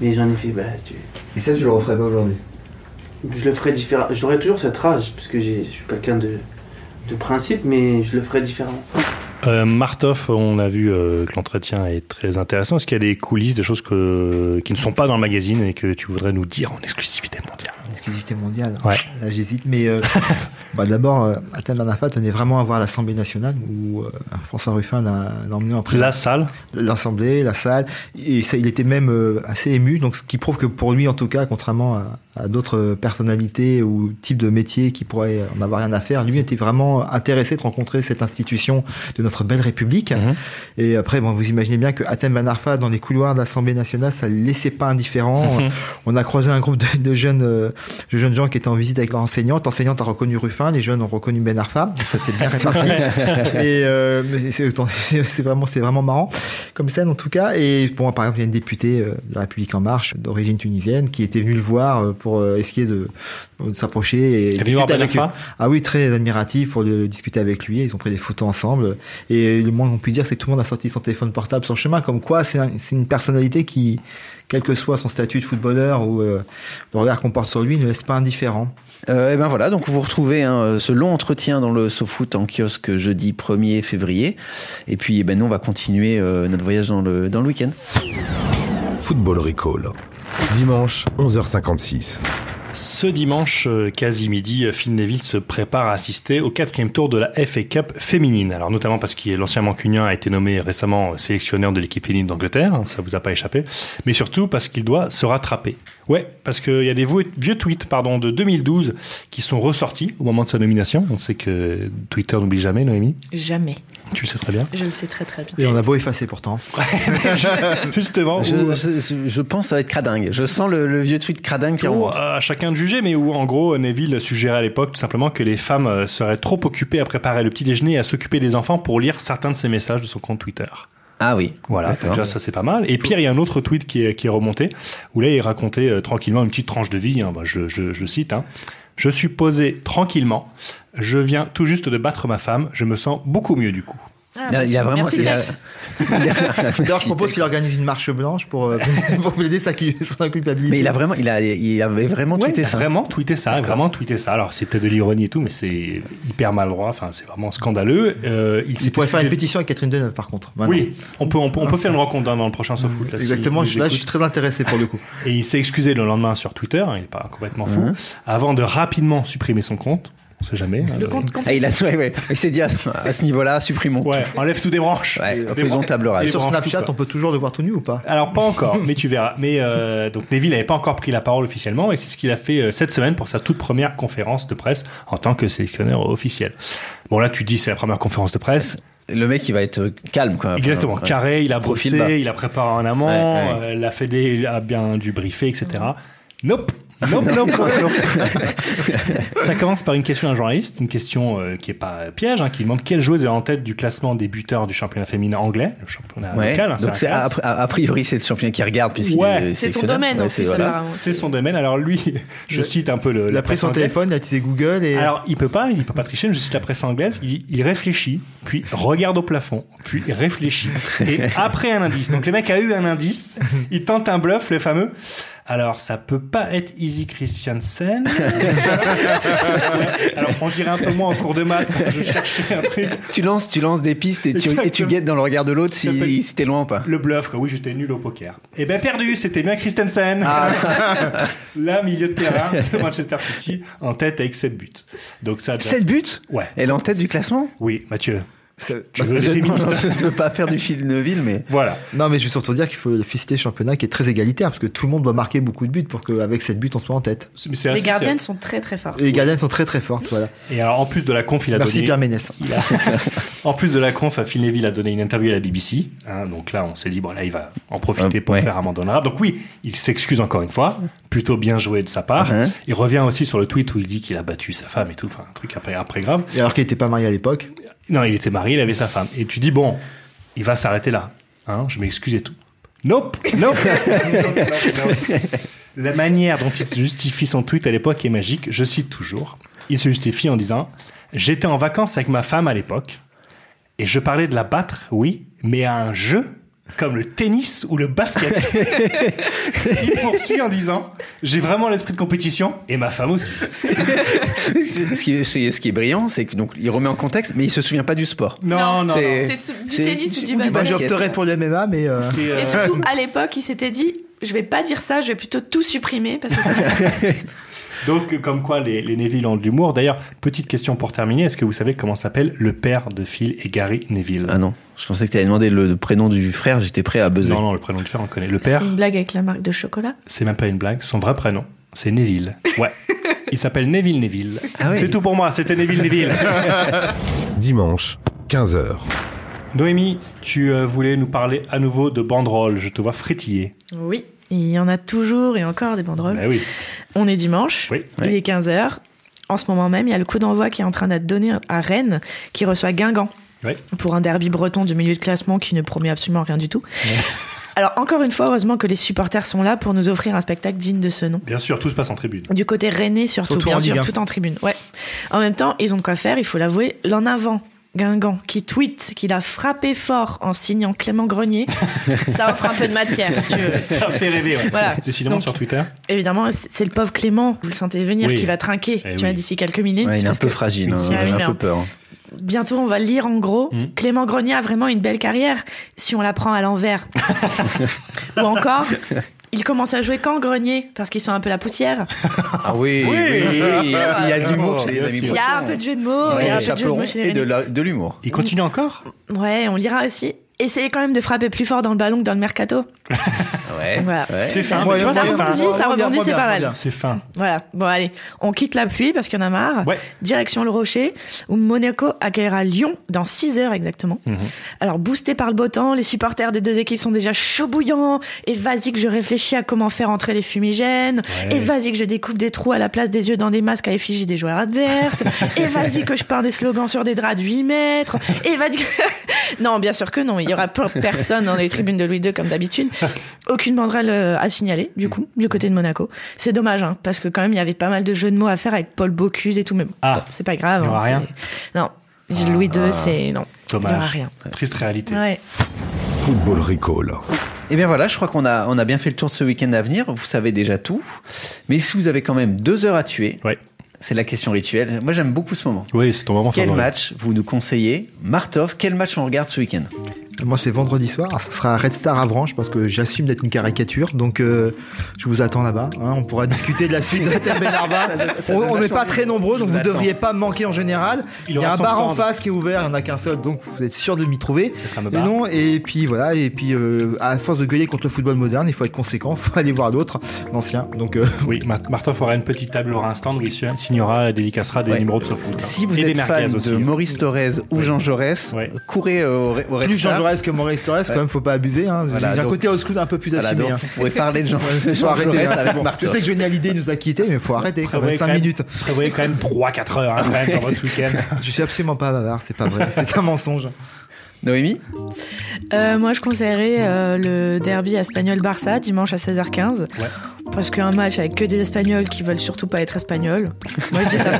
Speaker 14: mais j'en ai fait. Bah, tu...
Speaker 13: Et ça, tu le referais pas aujourd'hui
Speaker 14: Je le ferais différemment. J'aurais toujours cette rage, parce que j'ai- je suis quelqu'un de, de principe, mais je le ferais différemment.
Speaker 3: Euh, Martov, on a vu euh, que l'entretien est très intéressant. Est-ce qu'il y a des coulisses, des choses que, qui ne sont pas dans le magazine et que tu voudrais nous dire en exclusivité mondiale
Speaker 11: Exclusivité mondiale.
Speaker 3: Ouais.
Speaker 11: Là, j'hésite, mais euh, bah, d'abord, euh, Athènes Arafat tenait vraiment à voir l'Assemblée nationale où euh, François Ruffin l'a l'a emmené en prison.
Speaker 3: La salle
Speaker 11: L'Assemblée, la salle. Et ça, il était même euh, assez ému, donc ce qui prouve que pour lui, en tout cas, contrairement à, à d'autres personnalités ou types de métiers qui pourraient en avoir rien à faire, lui était vraiment intéressé de rencontrer cette institution de notre belle République. Et après, bon, vous imaginez bien que Athènes Ben Arfa, dans les couloirs de l'Assemblée nationale, ça ne laissait pas indifférent.
Speaker 3: Mhm.
Speaker 11: On a croisé un groupe de, de jeunes, euh, de jeunes gens qui étaient en visite avec leur enseignante. L'enseignante a reconnu Ruffin, les jeunes ont reconnu Ben Arfa. Donc ça s'est bien réparti. et euh, mais c'est c'est- c'est vraiment, c'est vraiment marrant comme scène en tout cas. Et bon, par exemple, il y a une députée euh, de la République en marche d'origine tunisienne qui était venue le voir euh, pour euh, essayer de, de s'approcher et
Speaker 3: Elle est venue voir
Speaker 11: discuter
Speaker 3: Ben
Speaker 11: avec eux.
Speaker 3: Arfa
Speaker 11: Ah oui, très admiratif pour le- discuter avec lui. Ils ont pris des photos ensemble. Et le moins qu'on puisse dire, c'est que tout le monde a sorti son téléphone portable sur le chemin. Comme quoi, c'est un- c'est une personnalité qui, quel que soit son statut de footballeur ou euh, le regard qu'on porte sur lui, ne laisse pas indifférent.
Speaker 4: Euh, et ben voilà, donc vous retrouvez hein, ce long entretien dans le SoFoot en kiosque jeudi 1er février. Et puis eh ben, nous, on va continuer euh, notre voyage dans le, dans le week-end.
Speaker 2: Football Recall. Dimanche, 11h56.
Speaker 3: Ce dimanche, euh, quasi midi, euh, Phil Neville se prépare à assister au quatrième tour de la FA Cup féminine. Alors notamment parce que l'ancien mancunien a été nommé récemment euh, sélectionneur de l'équipe féminine d'Angleterre, hein, ça vous a pas échappé, mais surtout parce qu'il doit se rattraper. Ouais, parce qu'il y a des vieux vieux tweets pardon, de 2012 qui sont ressortis au moment de sa nomination. On sait que Twitter n'oublie jamais, Noémie.
Speaker 12: Jamais.
Speaker 3: Tu le sais très bien.
Speaker 12: Je le sais très très bien.
Speaker 11: Et on a beau effacer pourtant.
Speaker 3: Justement,
Speaker 4: je,
Speaker 3: où-
Speaker 4: je- je pense que ça va être cradingue. Je sens le, le vieux tweet cradingue qui
Speaker 3: Où,
Speaker 4: remonte.
Speaker 3: euh, à chacun de juger, mais où en gros Neville suggérait à l'époque tout simplement que les femmes euh, seraient trop occupées à préparer le petit déjeuner et à s'occuper des enfants pour lire certains de ses messages de son compte Twitter.
Speaker 4: Ah oui.
Speaker 3: Oh. Voilà,
Speaker 4: D'accord.
Speaker 3: déjà ça c'est pas mal. Et pire, il y a un autre tweet qui est, qui est remonté, où là il racontait euh, tranquillement une petite tranche de vie, hein, bah, je, je- je le cite, hein. je suis posé tranquillement, je viens tout juste de battre ma femme, je me sens beaucoup mieux du coup.
Speaker 12: Ah,
Speaker 4: Il y a- il y a vraiment- il y a-
Speaker 11: D'ailleurs, je propose qu'il organise une marche blanche pour, euh, pour plaider sa, cul- son culpabilité.
Speaker 4: Mais il a vraiment, il a, il avait vraiment tweeté
Speaker 3: Il a
Speaker 4: ça.
Speaker 3: Vraiment tweeté ça, vraiment tweeté ça. Alors c'était de l'ironie et tout, mais c'est hyper maladroit. Enfin, c'est vraiment scandaleux. Euh, il s'est
Speaker 11: Il pourrait faire une
Speaker 3: excusé-
Speaker 11: pétition avec Catherine Deneuve, par contre. maintenant.
Speaker 3: Oui, on peut, on peut, on peut faire une rencontre hein, dans le prochain SoFoot. là, si
Speaker 11: Exactement,
Speaker 3: il
Speaker 11: je-
Speaker 3: nous
Speaker 11: là, je
Speaker 3: écoute.
Speaker 11: suis très intéressé pour le coup.
Speaker 3: Et il s'est excusé le lendemain sur Twitter, hein, il est pas complètement fou,
Speaker 4: Mhm.
Speaker 3: avant de rapidement supprimer son compte. On sait jamais. hein, le-
Speaker 4: Ah, il a ouais, ouais. Il s'est dit à ce, à ce niveau-là, supprimons.
Speaker 3: Ouais, enlève tout des branches.
Speaker 4: Ouais,
Speaker 3: Des
Speaker 4: faisons
Speaker 3: branches.
Speaker 4: table rase.
Speaker 3: Des
Speaker 11: Sur
Speaker 3: branches,
Speaker 11: Snapchat,
Speaker 3: tout, Euh,
Speaker 11: on
Speaker 3: quoi.
Speaker 11: peut toujours le voir tout nu ou pas
Speaker 3: Alors pas encore, mais tu verras. Mais euh, donc Neville n'avait pas encore pris la parole officiellement et c'est ce qu'il a fait euh, cette semaine pour sa toute première conférence de presse en tant que sélectionneur officiel. Bon là tu dis c'est la première conférence de presse.
Speaker 4: Le mec, il va être calme, quoi.
Speaker 3: Exactement,
Speaker 4: Enfin,
Speaker 3: carré, il a
Speaker 4: profil
Speaker 3: brossé,
Speaker 4: bas.
Speaker 3: il a préparé en amont,
Speaker 4: Ouais, ouais.
Speaker 3: euh, la Fédé a bien dû briefer, etc. Nope. Nope,
Speaker 4: Non.
Speaker 3: nope, nope. Ça commence par une question d'un journaliste, une question euh, qui est pas euh, piège, hein, qui demande quelle joueuse est en tête du classement des buteurs du championnat féminin anglais, le championnat
Speaker 4: Ouais.
Speaker 3: local. hein,
Speaker 4: Donc,
Speaker 3: la
Speaker 4: c'est,
Speaker 3: classe.
Speaker 4: a, a- a priori, c'est le champion qui regarde, puisqu'il
Speaker 3: Ouais.
Speaker 4: est
Speaker 3: C'est son
Speaker 4: sélectionneur.
Speaker 3: domaine, en
Speaker 4: Ouais,
Speaker 3: plus,
Speaker 4: c'est-
Speaker 3: c'est
Speaker 4: voilà.
Speaker 3: ça.
Speaker 12: hein.
Speaker 3: C'est son domaine. Alors lui, je
Speaker 11: Le-
Speaker 3: cite un peu le,
Speaker 11: Il a pris son
Speaker 3: anglaise.
Speaker 11: téléphone, il a utilisé Google et.
Speaker 3: Alors il peut pas, il peut pas tricher. Je cite la presse anglaise. Il, il réfléchit, puis regarde au plafond, puis réfléchit. Et après un indice. Donc le mec a eu un indice. Il tente un bluff, le fameux. Alors ça peut pas être Easy Christiansen. Alors on dirait un peu moins en cours de maths. Je cherchais un truc.
Speaker 4: Tu lances, tu lances des pistes et tu, et tu
Speaker 3: Exactement.
Speaker 4: guettes dans le regard de l'autre si,
Speaker 3: S'appelle-
Speaker 4: si t'es loin ou pas.
Speaker 3: Le bluff, quoi. Oui, j'étais nul au poker. Eh ben perdu, c'était bien Christensen.
Speaker 11: Ah.
Speaker 3: Là, milieu de terrain de Manchester City, en tête avec 7 buts. Donc ça. déjà-
Speaker 4: 7 buts
Speaker 3: Ouais.
Speaker 4: Elle est en tête du classement
Speaker 3: Oui, Mathieu. Tu
Speaker 4: Parce
Speaker 3: veux
Speaker 4: que je
Speaker 3: des
Speaker 4: non,
Speaker 3: féministes
Speaker 4: non, je ne veux pas faire du fil Neville, mais.
Speaker 3: Voilà.
Speaker 11: Non, mais je veux surtout dire qu'il faut féliciter le championnat qui est très égalitaire parce que tout le monde doit marquer beaucoup de buts pour qu'avec cette buts, on soit en tête.
Speaker 3: Mais c'est
Speaker 12: Les
Speaker 3: assez-
Speaker 12: gardiennes sont très très fortes.
Speaker 11: Et les gardiennes sont très très fortes, voilà.
Speaker 3: Et alors, en plus de la conf, il a
Speaker 11: Merci
Speaker 3: donné.
Speaker 11: Pierre Ménès.
Speaker 3: il a- en plus de la conf, Phil Neville a donné une interview à la BBC. hein, donc là, on s'est dit, bon, là, il va en profiter
Speaker 4: Euh,
Speaker 11: Ah,
Speaker 3: pour
Speaker 4: ouais.
Speaker 3: faire un mandat arabe. Donc oui, il s'excuse encore une fois. Plutôt bien joué de sa part.
Speaker 11: Uh-huh.
Speaker 4: Mhm.
Speaker 3: Il revient aussi sur le tweet où il dit qu'il a battu sa femme et tout. Enfin, un truc après, après grave.
Speaker 11: Et alors qu'il n'était pas marié à l'époque.
Speaker 3: Non, il était marié, il avait sa femme. Et tu dis, bon, il va s'arrêter là. Hein, je m'excuse et tout. Nope, nope. La manière dont il justifie son tweet à l'époque est magique. Je cite toujours. Il se justifie en disant J'étais en vacances avec ma femme à l'époque et je parlais de la battre, oui, mais à un jeu comme le tennis ou le basket. Il poursuit en disant J'ai vraiment l'esprit de compétition et ma femme aussi.
Speaker 4: ce, qui, est- ce qui est brillant, c'est que donc il remet en contexte, mais il se souvient pas du sport.
Speaker 3: Non, non,
Speaker 4: C'est-
Speaker 12: C'est sou- du
Speaker 4: c'est-
Speaker 12: tennis ou du
Speaker 11: Bah,
Speaker 12: basket.
Speaker 11: j'opterais pour le MMA, mais. euh,
Speaker 12: Et surtout, à l'époque, il s'était dit je vais pas dire ça, je vais plutôt tout supprimer parce que
Speaker 3: Donc, euh, comme quoi les, les Neville ont de l'humour. D'ailleurs, petite question pour terminer est-ce que vous savez comment s'appelle le père de Phil et Gary Neville
Speaker 4: Ah non, je pensais que tu avais demandé le, prénom du frère, j'étais prêt à buzzer.
Speaker 3: Non, non, le prénom du frère, on le connaît. Le
Speaker 12: c'est
Speaker 3: père,
Speaker 12: une blague avec la marque de chocolat.
Speaker 3: c'est même pas une blague, son vrai prénom, c'est Neville. Ouais. Il s'appelle Neville Neville.
Speaker 12: Ah oui.
Speaker 3: C'est tout pour moi, c'était Neville Neville.
Speaker 2: Dimanche, 15h.
Speaker 3: Noémie, tu euh, voulais nous parler à nouveau de banderoles. Je te vois frétiller.
Speaker 12: Oui, il y en a toujours et encore des banderoles.
Speaker 3: Bah oui.
Speaker 12: On est dimanche,
Speaker 3: Oui.
Speaker 12: il est 15h. En ce moment même, il y a le coup d'envoi qui est en train d'être donné à Rennes, qui reçoit Guingamp
Speaker 3: Ouais.
Speaker 12: pour un derby breton du milieu de classement qui ne promet absolument rien du tout. Alors encore une fois, heureusement que les supporters sont là pour nous offrir un spectacle digne de ce nom.
Speaker 3: Bien sûr, tout se passe en tribune.
Speaker 12: Du côté rennais surtout,
Speaker 3: Surtout
Speaker 12: bien
Speaker 3: en
Speaker 12: sûr,
Speaker 3: Ligue un.
Speaker 12: tout en tribune. Ouais. En même temps, ils ont de quoi faire, il faut l'avouer. L'en avant, Guingamp, qui tweet qu'il a frappé fort en signant Clément Grenier, ça offre un peu de matière, si tu veux.
Speaker 3: Ça fait rêver, ouais.
Speaker 12: Voilà.
Speaker 3: Décidément
Speaker 12: Donc,
Speaker 3: sur Twitter.
Speaker 12: Évidemment, c'est c'est le pauvre Clément, vous le sentez venir,
Speaker 3: Oui.
Speaker 12: qui va trinquer,
Speaker 3: Eh
Speaker 12: tu vois,
Speaker 3: oui.
Speaker 12: d'ici quelques minutes.
Speaker 4: Ouais, il est un
Speaker 12: parce
Speaker 4: peu
Speaker 12: que-
Speaker 4: fragile, hein,
Speaker 12: Ah
Speaker 4: il
Speaker 12: oui,
Speaker 4: a
Speaker 12: mais
Speaker 4: un peu peur. hein.
Speaker 12: Bientôt, on va lire en gros.
Speaker 4: Mm.
Speaker 12: Clément Grenier a vraiment une belle carrière si on la prend à l'envers. Ou encore, il commence à jouer quand Grenier Parce qu'ils sont un peu la poussière.
Speaker 4: Ah oui,
Speaker 12: Oui,
Speaker 4: oui, oui,
Speaker 12: bien
Speaker 4: il y
Speaker 12: sûr.
Speaker 4: a il y a de l'humour chez les amis.
Speaker 12: Il y a un peu de jeu de mots, il y a un peu de jeu de mots chez les
Speaker 4: et de
Speaker 12: Rennais.
Speaker 4: la- de l'humour.
Speaker 3: Il continue encore
Speaker 12: Ouais, on lira aussi. Essayez quand même de frapper plus fort dans le ballon que dans le mercato.
Speaker 4: Ouais.
Speaker 12: Voilà.
Speaker 4: ouais.
Speaker 3: C'est fin.
Speaker 12: Ça
Speaker 3: mais tu vois, c'est fin.
Speaker 12: rebondit, ça rebondit, c'est pas mal.
Speaker 3: C'est fin.
Speaker 12: Voilà, bon allez, on quitte la pluie parce qu'il y en a marre. Direction le Rocher, où Monaco accueillera Lyon dans 6 heures exactement. Alors boosté par le beau temps, les supporters des deux équipes sont déjà chauds bouillants. Et vas-y que je réfléchis à comment faire entrer les fumigènes.
Speaker 15: Ouais.
Speaker 12: Et vas-y que je découpe des trous à la place des yeux dans des masques à effigie des joueurs adverses. et vas-y que je peins des slogans sur des draps de 8 mètres. Et vas-y que... Non, bien sûr que non, il y aura pas personne dans les tribunes de Louis II comme d'habitude. Aucune banderole euh, à signaler, du coup, du côté de Monaco. C'est dommage, hein, parce que quand même, il y avait pas mal de jeux de mots à faire avec Paul Bocuse et tout, mais bon,
Speaker 3: Ah.
Speaker 12: bon, c'est pas grave.
Speaker 3: Il y
Speaker 12: hein,
Speaker 3: aura
Speaker 12: c'est-
Speaker 3: rien
Speaker 12: Non, Louis II,
Speaker 3: Ah.
Speaker 12: c'est... Non,
Speaker 3: Dommage.
Speaker 12: il y aura rien.
Speaker 3: Triste réalité.
Speaker 12: Ouais.
Speaker 2: Football Recall.
Speaker 4: Et Eh bien voilà, je crois qu'on a, on a bien fait le tour de ce week-end à venir. Vous savez déjà tout. Mais si vous avez quand même deux heures à tuer, c'est la question rituelle. Moi, j'aime beaucoup ce moment.
Speaker 3: Oui, c'est ton moment
Speaker 4: Quel
Speaker 11: favori.
Speaker 4: match vous nous conseillez Martov, quel match on regarde ce week-end
Speaker 11: Moi, c'est vendredi soir. Ça sera Red Star Avranches parce que j'assume d'être une caricature. Donc, euh, je vous attends là-bas. hein. on pourra discuter de la suite de la Terre Benarva.
Speaker 4: Ah, Ça donne
Speaker 11: On n'est
Speaker 4: vachement
Speaker 11: pas très
Speaker 4: envie.
Speaker 11: nombreux, donc
Speaker 4: Je
Speaker 11: vous
Speaker 4: vous
Speaker 11: ne
Speaker 4: attends.
Speaker 11: devriez pas me manquer en général.
Speaker 4: Il
Speaker 11: Il y
Speaker 4: aura
Speaker 11: a un
Speaker 4: son
Speaker 11: bar en
Speaker 4: stand.
Speaker 11: face qui est ouvert. Il n'y en a qu'un seul, donc vous êtes sûr de m'y trouver.
Speaker 3: fameux
Speaker 11: Et
Speaker 3: bar.
Speaker 11: non, et puis voilà. Et puis, euh, à force de gueuler contre le football moderne, il faut être conséquent. Il faut aller voir d'autres, l'ancien. Donc, euh,
Speaker 3: Oui, Mar- Martov aura une petite table, aura un stand où il sign- signera et dédicacera des
Speaker 4: Ouais.
Speaker 3: numéros de SoFoot.
Speaker 4: Si vous
Speaker 3: et
Speaker 4: êtes
Speaker 3: des
Speaker 4: fan
Speaker 3: merguez aussi. hein.
Speaker 4: de Maurice Torres ou Jean Jaurès, courez euh, au, Re- au Red
Speaker 11: plus Jean
Speaker 4: Star.
Speaker 11: Jaurès que Maurice Torres, quand même, faut pas abuser. hein.
Speaker 4: Voilà,
Speaker 11: J'ai un
Speaker 4: donc-
Speaker 11: côté old school un peu plus
Speaker 4: Voilà,
Speaker 11: assumé.
Speaker 4: donc,
Speaker 11: hein.
Speaker 4: vous pouvez parler de Jean-
Speaker 11: Ouais,
Speaker 4: Jean
Speaker 11: faut arrêter,
Speaker 4: Jaurès
Speaker 11: hein, c'est
Speaker 4: avec
Speaker 11: bon.
Speaker 4: Martov.
Speaker 11: Je sais que Johnny Hallyday nous a quittés, mais faut arrêter quand même.
Speaker 3: Prévoyez
Speaker 11: 5
Speaker 3: quand même-
Speaker 11: minutes.
Speaker 3: Prévoyez quand même 3-4 heures hein, quand même, dans votre week-end.
Speaker 11: Je suis absolument pas bavard, c'est pas vrai. C'est un mensonge.
Speaker 4: Noémie
Speaker 12: Euh, moi, je conseillerais euh, le derby espagnol-Barça dimanche à 16h15. Parce qu'un match avec que des Espagnols qui veulent surtout pas être Espagnols. Moi, je dis ça.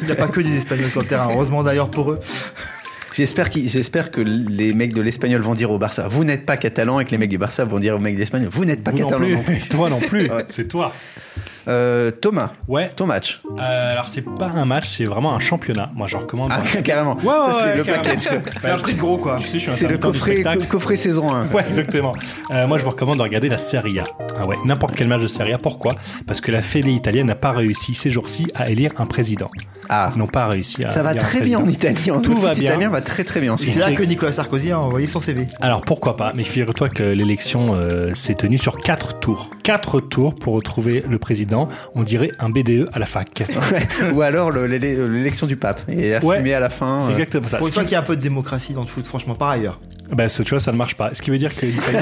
Speaker 11: Il n'y a pas que des Espagnols sur le terrain, heureusement d'ailleurs pour eux.
Speaker 4: J'espère qu'ils- j'espère que les mecs de l'Espagnol vont dire au Barça, vous n'êtes pas catalan, et que les mecs du Barça vont dire aux mecs de l'Espagnol, vous n'êtes pas
Speaker 3: Vous non
Speaker 4: catalan.
Speaker 3: plus.
Speaker 4: non plus.
Speaker 3: Toi non plus. C'est toi.
Speaker 4: Euh, Thomas,
Speaker 3: ouais.
Speaker 4: ton match.
Speaker 3: Euh, alors c'est pas un match, c'est vraiment un championnat. Moi je recommande.
Speaker 4: Ah, carrément.
Speaker 3: Ouais,
Speaker 4: Ça, c'est
Speaker 3: ouais,
Speaker 4: le
Speaker 3: carrément.
Speaker 4: package, quoi.
Speaker 11: C'est un prix de gros quoi.
Speaker 3: Je sais, je suis un
Speaker 4: C'est le
Speaker 3: fan du
Speaker 4: coffret,
Speaker 3: spectacle.
Speaker 4: coffret saison 1.
Speaker 3: Ouais, exactement. Euh, moi, je vous recommande de regarder la Serie A. Ah ouais, n'importe quel match de Serie A. Pourquoi Parce que la Fédé italienne n'a pas réussi ces jours-ci à élire un président.
Speaker 4: Ah.
Speaker 3: Ils n'ont pas réussi à.
Speaker 4: Ça va
Speaker 3: élire un
Speaker 4: très bien en
Speaker 3: président.
Speaker 4: Italie. en
Speaker 3: Tout
Speaker 4: foot
Speaker 3: va bien.
Speaker 4: italien va très très bien. en ce
Speaker 11: Et c'est là
Speaker 4: moment.
Speaker 11: que Nicolas Sarkozy a envoyé son CV.
Speaker 3: Alors pourquoi pas Mais figure-toi que l'élection euh, s'est tenue sur quatre tours. Quatre tours pour retrouver le président. On dirait un BDE à la fac.
Speaker 4: Ouais. Ou alors le- l'élé- l'élection du pape. Et la
Speaker 3: Ouais.
Speaker 4: fumée à la fin.
Speaker 3: C'est
Speaker 4: euh.
Speaker 3: exactement ça.
Speaker 11: Pour une
Speaker 3: Ce
Speaker 11: fois
Speaker 3: qui-
Speaker 11: qu'il y a un peu de démocratie dans le foot, franchement, par ailleurs.
Speaker 3: Bah, ça, tu vois, ça ne marche pas. Ce qui veut dire que l'Italie-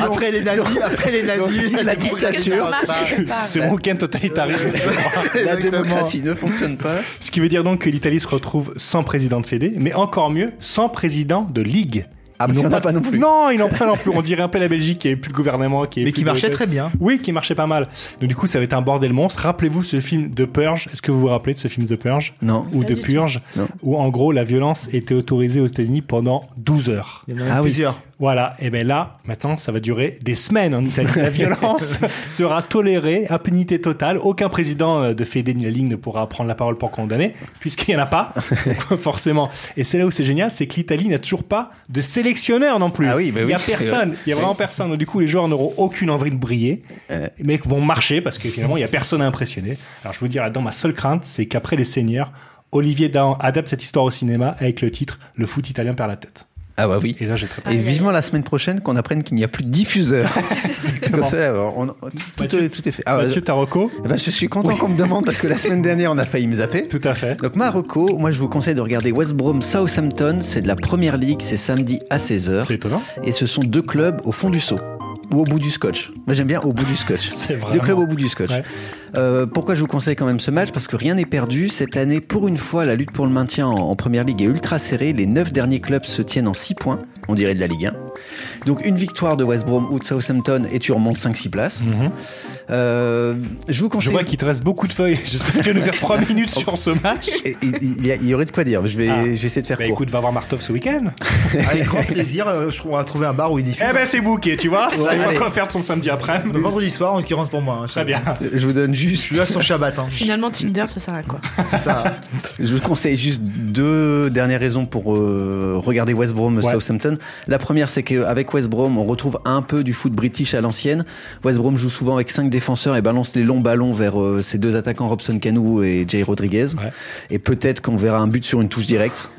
Speaker 11: Après les nazis, après les nazis,
Speaker 4: La dictature.
Speaker 3: c'est mon week-end totalitarisme.
Speaker 4: La
Speaker 11: Exactement.
Speaker 4: démocratie ne fonctionne pas.
Speaker 3: Ce qui veut dire donc que l'Italie se retrouve sans président de Fédé, mais encore mieux, sans président de Ligue.
Speaker 4: Ah, parce
Speaker 3: Ils
Speaker 4: qu'il
Speaker 3: n'ont
Speaker 4: y en a pas non plus.
Speaker 3: Non, ils n'en prennent plus. On dirait un peu la Belgique qui n'avait plus de gouvernement. Qui
Speaker 11: Mais qui marchait très
Speaker 3: bien. Oui, qui marchait pas mal. Donc, du coup, ça va être un bordel monstre. Rappelez-vous ce film de Purge. Est-ce que vous vous rappelez de ce film de Purge
Speaker 4: Non.
Speaker 3: Ou
Speaker 4: Pas
Speaker 3: de
Speaker 4: du tout.
Speaker 3: Purge
Speaker 4: Non.
Speaker 3: Où, en gros, la violence était autorisée aux États-Unis pendant 12 heures.
Speaker 11: Il y en a Ah oui. plusieurs.
Speaker 3: Voilà. Et bien là, maintenant, ça va durer des semaines en Italie. La violence sera tolérée, impunité totale. Aucun président euh, de Fédé ni la Ligue ne pourra prendre la parole pour condamner, puisqu'il n'y en a pas, Donc, forcément. Et c'est là où c'est génial, c'est que l'Italie n'a toujours pas de sélectionneur non plus.
Speaker 4: bah
Speaker 3: il n'y a
Speaker 4: oui, c'est
Speaker 3: personne,
Speaker 4: vrai.
Speaker 3: il n'y a vraiment personne. Donc, du coup, les joueurs n'auront aucune envie de briller.
Speaker 4: Euh.
Speaker 3: Les mecs vont marcher parce que finalement, il n'y a personne à impressionner. Alors, je vous dire là-dedans, ma seule crainte, c'est qu'après les seigneurs, Olivier Dahan adapte cette histoire au cinéma avec le titre Le foot italien perd la tête.
Speaker 4: Ah bah oui.
Speaker 3: Et là, j'ai très peur.
Speaker 4: Et vivement la semaine prochaine qu'on apprenne qu'il n'y a plus de diffuseur. Comme ça, on- on- tout, tout est fait. Ah,
Speaker 3: Mathieu,
Speaker 4: je-
Speaker 3: ta reco
Speaker 4: Eh ben, je suis content qu'on me demande parce que la semaine dernière on a failli me zapper.
Speaker 3: Tout à fait.
Speaker 4: Donc Marocco, moi je vous conseille de regarder West Brom Southampton, c'est de la première ligue, c'est samedi à 16h.
Speaker 3: C'est étonnant.
Speaker 4: Et ce sont deux clubs au fond du seau. Ou au bout du scotch. Moi j'aime bien au bout du scotch.
Speaker 3: C'est
Speaker 4: Deux
Speaker 3: vraiment-
Speaker 4: clubs au bout du scotch.
Speaker 3: Ouais.
Speaker 4: Euh, pourquoi je vous conseille quand même ce match Parce que rien n'est perdu. Cette année, pour une fois, la lutte pour le maintien en, en première ligue est ultra serrée. Les 9 derniers clubs se tiennent en 6 points, on dirait de la Ligue 1. Donc une victoire de West Brom ou de Southampton et tu remontes 5-6 places. Euh, je vous
Speaker 3: Mhm. Je
Speaker 4: conseille.
Speaker 3: vois qu'il te reste beaucoup de feuilles. J'espère que je vais faire 3 minutes sur ce match.
Speaker 4: Et- il, il y a- il y aurait de quoi dire. Je vais,
Speaker 3: Ah.
Speaker 4: je vais essayer de faire
Speaker 3: Bah
Speaker 4: court.
Speaker 3: écoute, va voir Martov ce week-end.
Speaker 11: Avec grand plaisir, euh, je trouve on va trouver un bar où il diffuse.
Speaker 3: Eh ben c'est bouqué, tu vois.
Speaker 11: Ouais,
Speaker 3: c'est pas
Speaker 11: allez.
Speaker 3: quoi faire de son samedi après.
Speaker 11: Le vendredi soir, en l'occurrence pour moi. hein,
Speaker 3: Très bien.
Speaker 4: Je vous donne juste.
Speaker 11: Je suis là sur Shabbat. hein.
Speaker 12: Finalement, Tinder, ça sert à quoi
Speaker 11: C'est ça.
Speaker 4: Je vous conseille juste deux dernières raisons pour euh, regarder West Brom Southampton. La première, c'est qu'avec West Brom, on retrouve un peu du foot british à l'ancienne. West Brom joue souvent avec cinq défenseurs et balance les longs ballons vers euh, ses deux attaquants Robson Canu et Jay Rodriguez. Et peut-être qu'on verra un but sur une touche directe.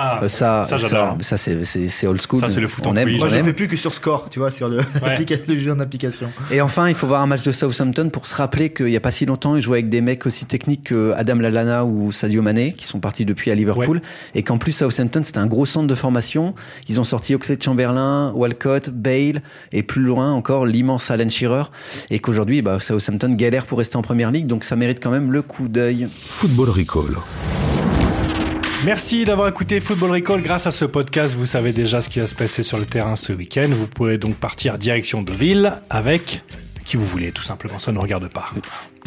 Speaker 3: Ah,
Speaker 4: Euh, ça,
Speaker 3: ça,
Speaker 4: ça,
Speaker 3: j'adore.
Speaker 4: ça, c'est- c'est c'est old school.
Speaker 3: Ça, c'est le foot
Speaker 4: on
Speaker 3: en
Speaker 4: aime,
Speaker 3: folie.
Speaker 4: on
Speaker 11: Moi, je ne
Speaker 4: aime.
Speaker 11: fais plus que sur score, tu vois, sur le, applica- le jeu en application.
Speaker 4: Et enfin, il faut voir un match de Southampton pour se rappeler qu'il n'y a pas si longtemps, ils jouaient avec des mecs aussi techniques que Adam Lallana ou Sadio Mané, qui sont partis depuis à Liverpool. Et qu'en plus, Southampton, c'était un gros centre de formation. Ils ont sorti Oxlade Chamberlain, Walcott, Bale, et plus loin encore, l'immense Alan Shearer. Et qu'aujourd'hui, bah, Southampton galère pour rester en première ligue, donc ça mérite quand même le coup d'œil.
Speaker 2: Football Recall.
Speaker 3: Merci d'avoir écouté Football Recall. Grâce à ce podcast, vous savez déjà ce qui va se passer sur le terrain ce week-end. Vous pouvez donc partir direction Deauville avec qui vous voulez, tout simplement. Ça ne regarde pas.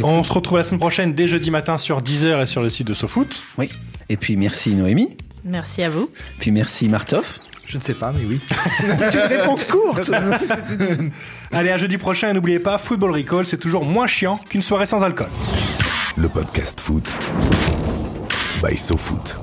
Speaker 3: On se retrouve la semaine prochaine dès jeudi matin sur 10h et sur le site de SoFoot.
Speaker 4: Oui. Et puis, merci Noémie.
Speaker 12: Merci à vous.
Speaker 4: Puis, merci Martov.
Speaker 11: Je ne sais pas, mais oui.
Speaker 4: C'est une réponse courte.
Speaker 3: Allez, à jeudi prochain et n'oubliez pas, Football Recall, c'est toujours moins chiant qu'une soirée sans alcool.
Speaker 2: Le podcast foot by SoFoot.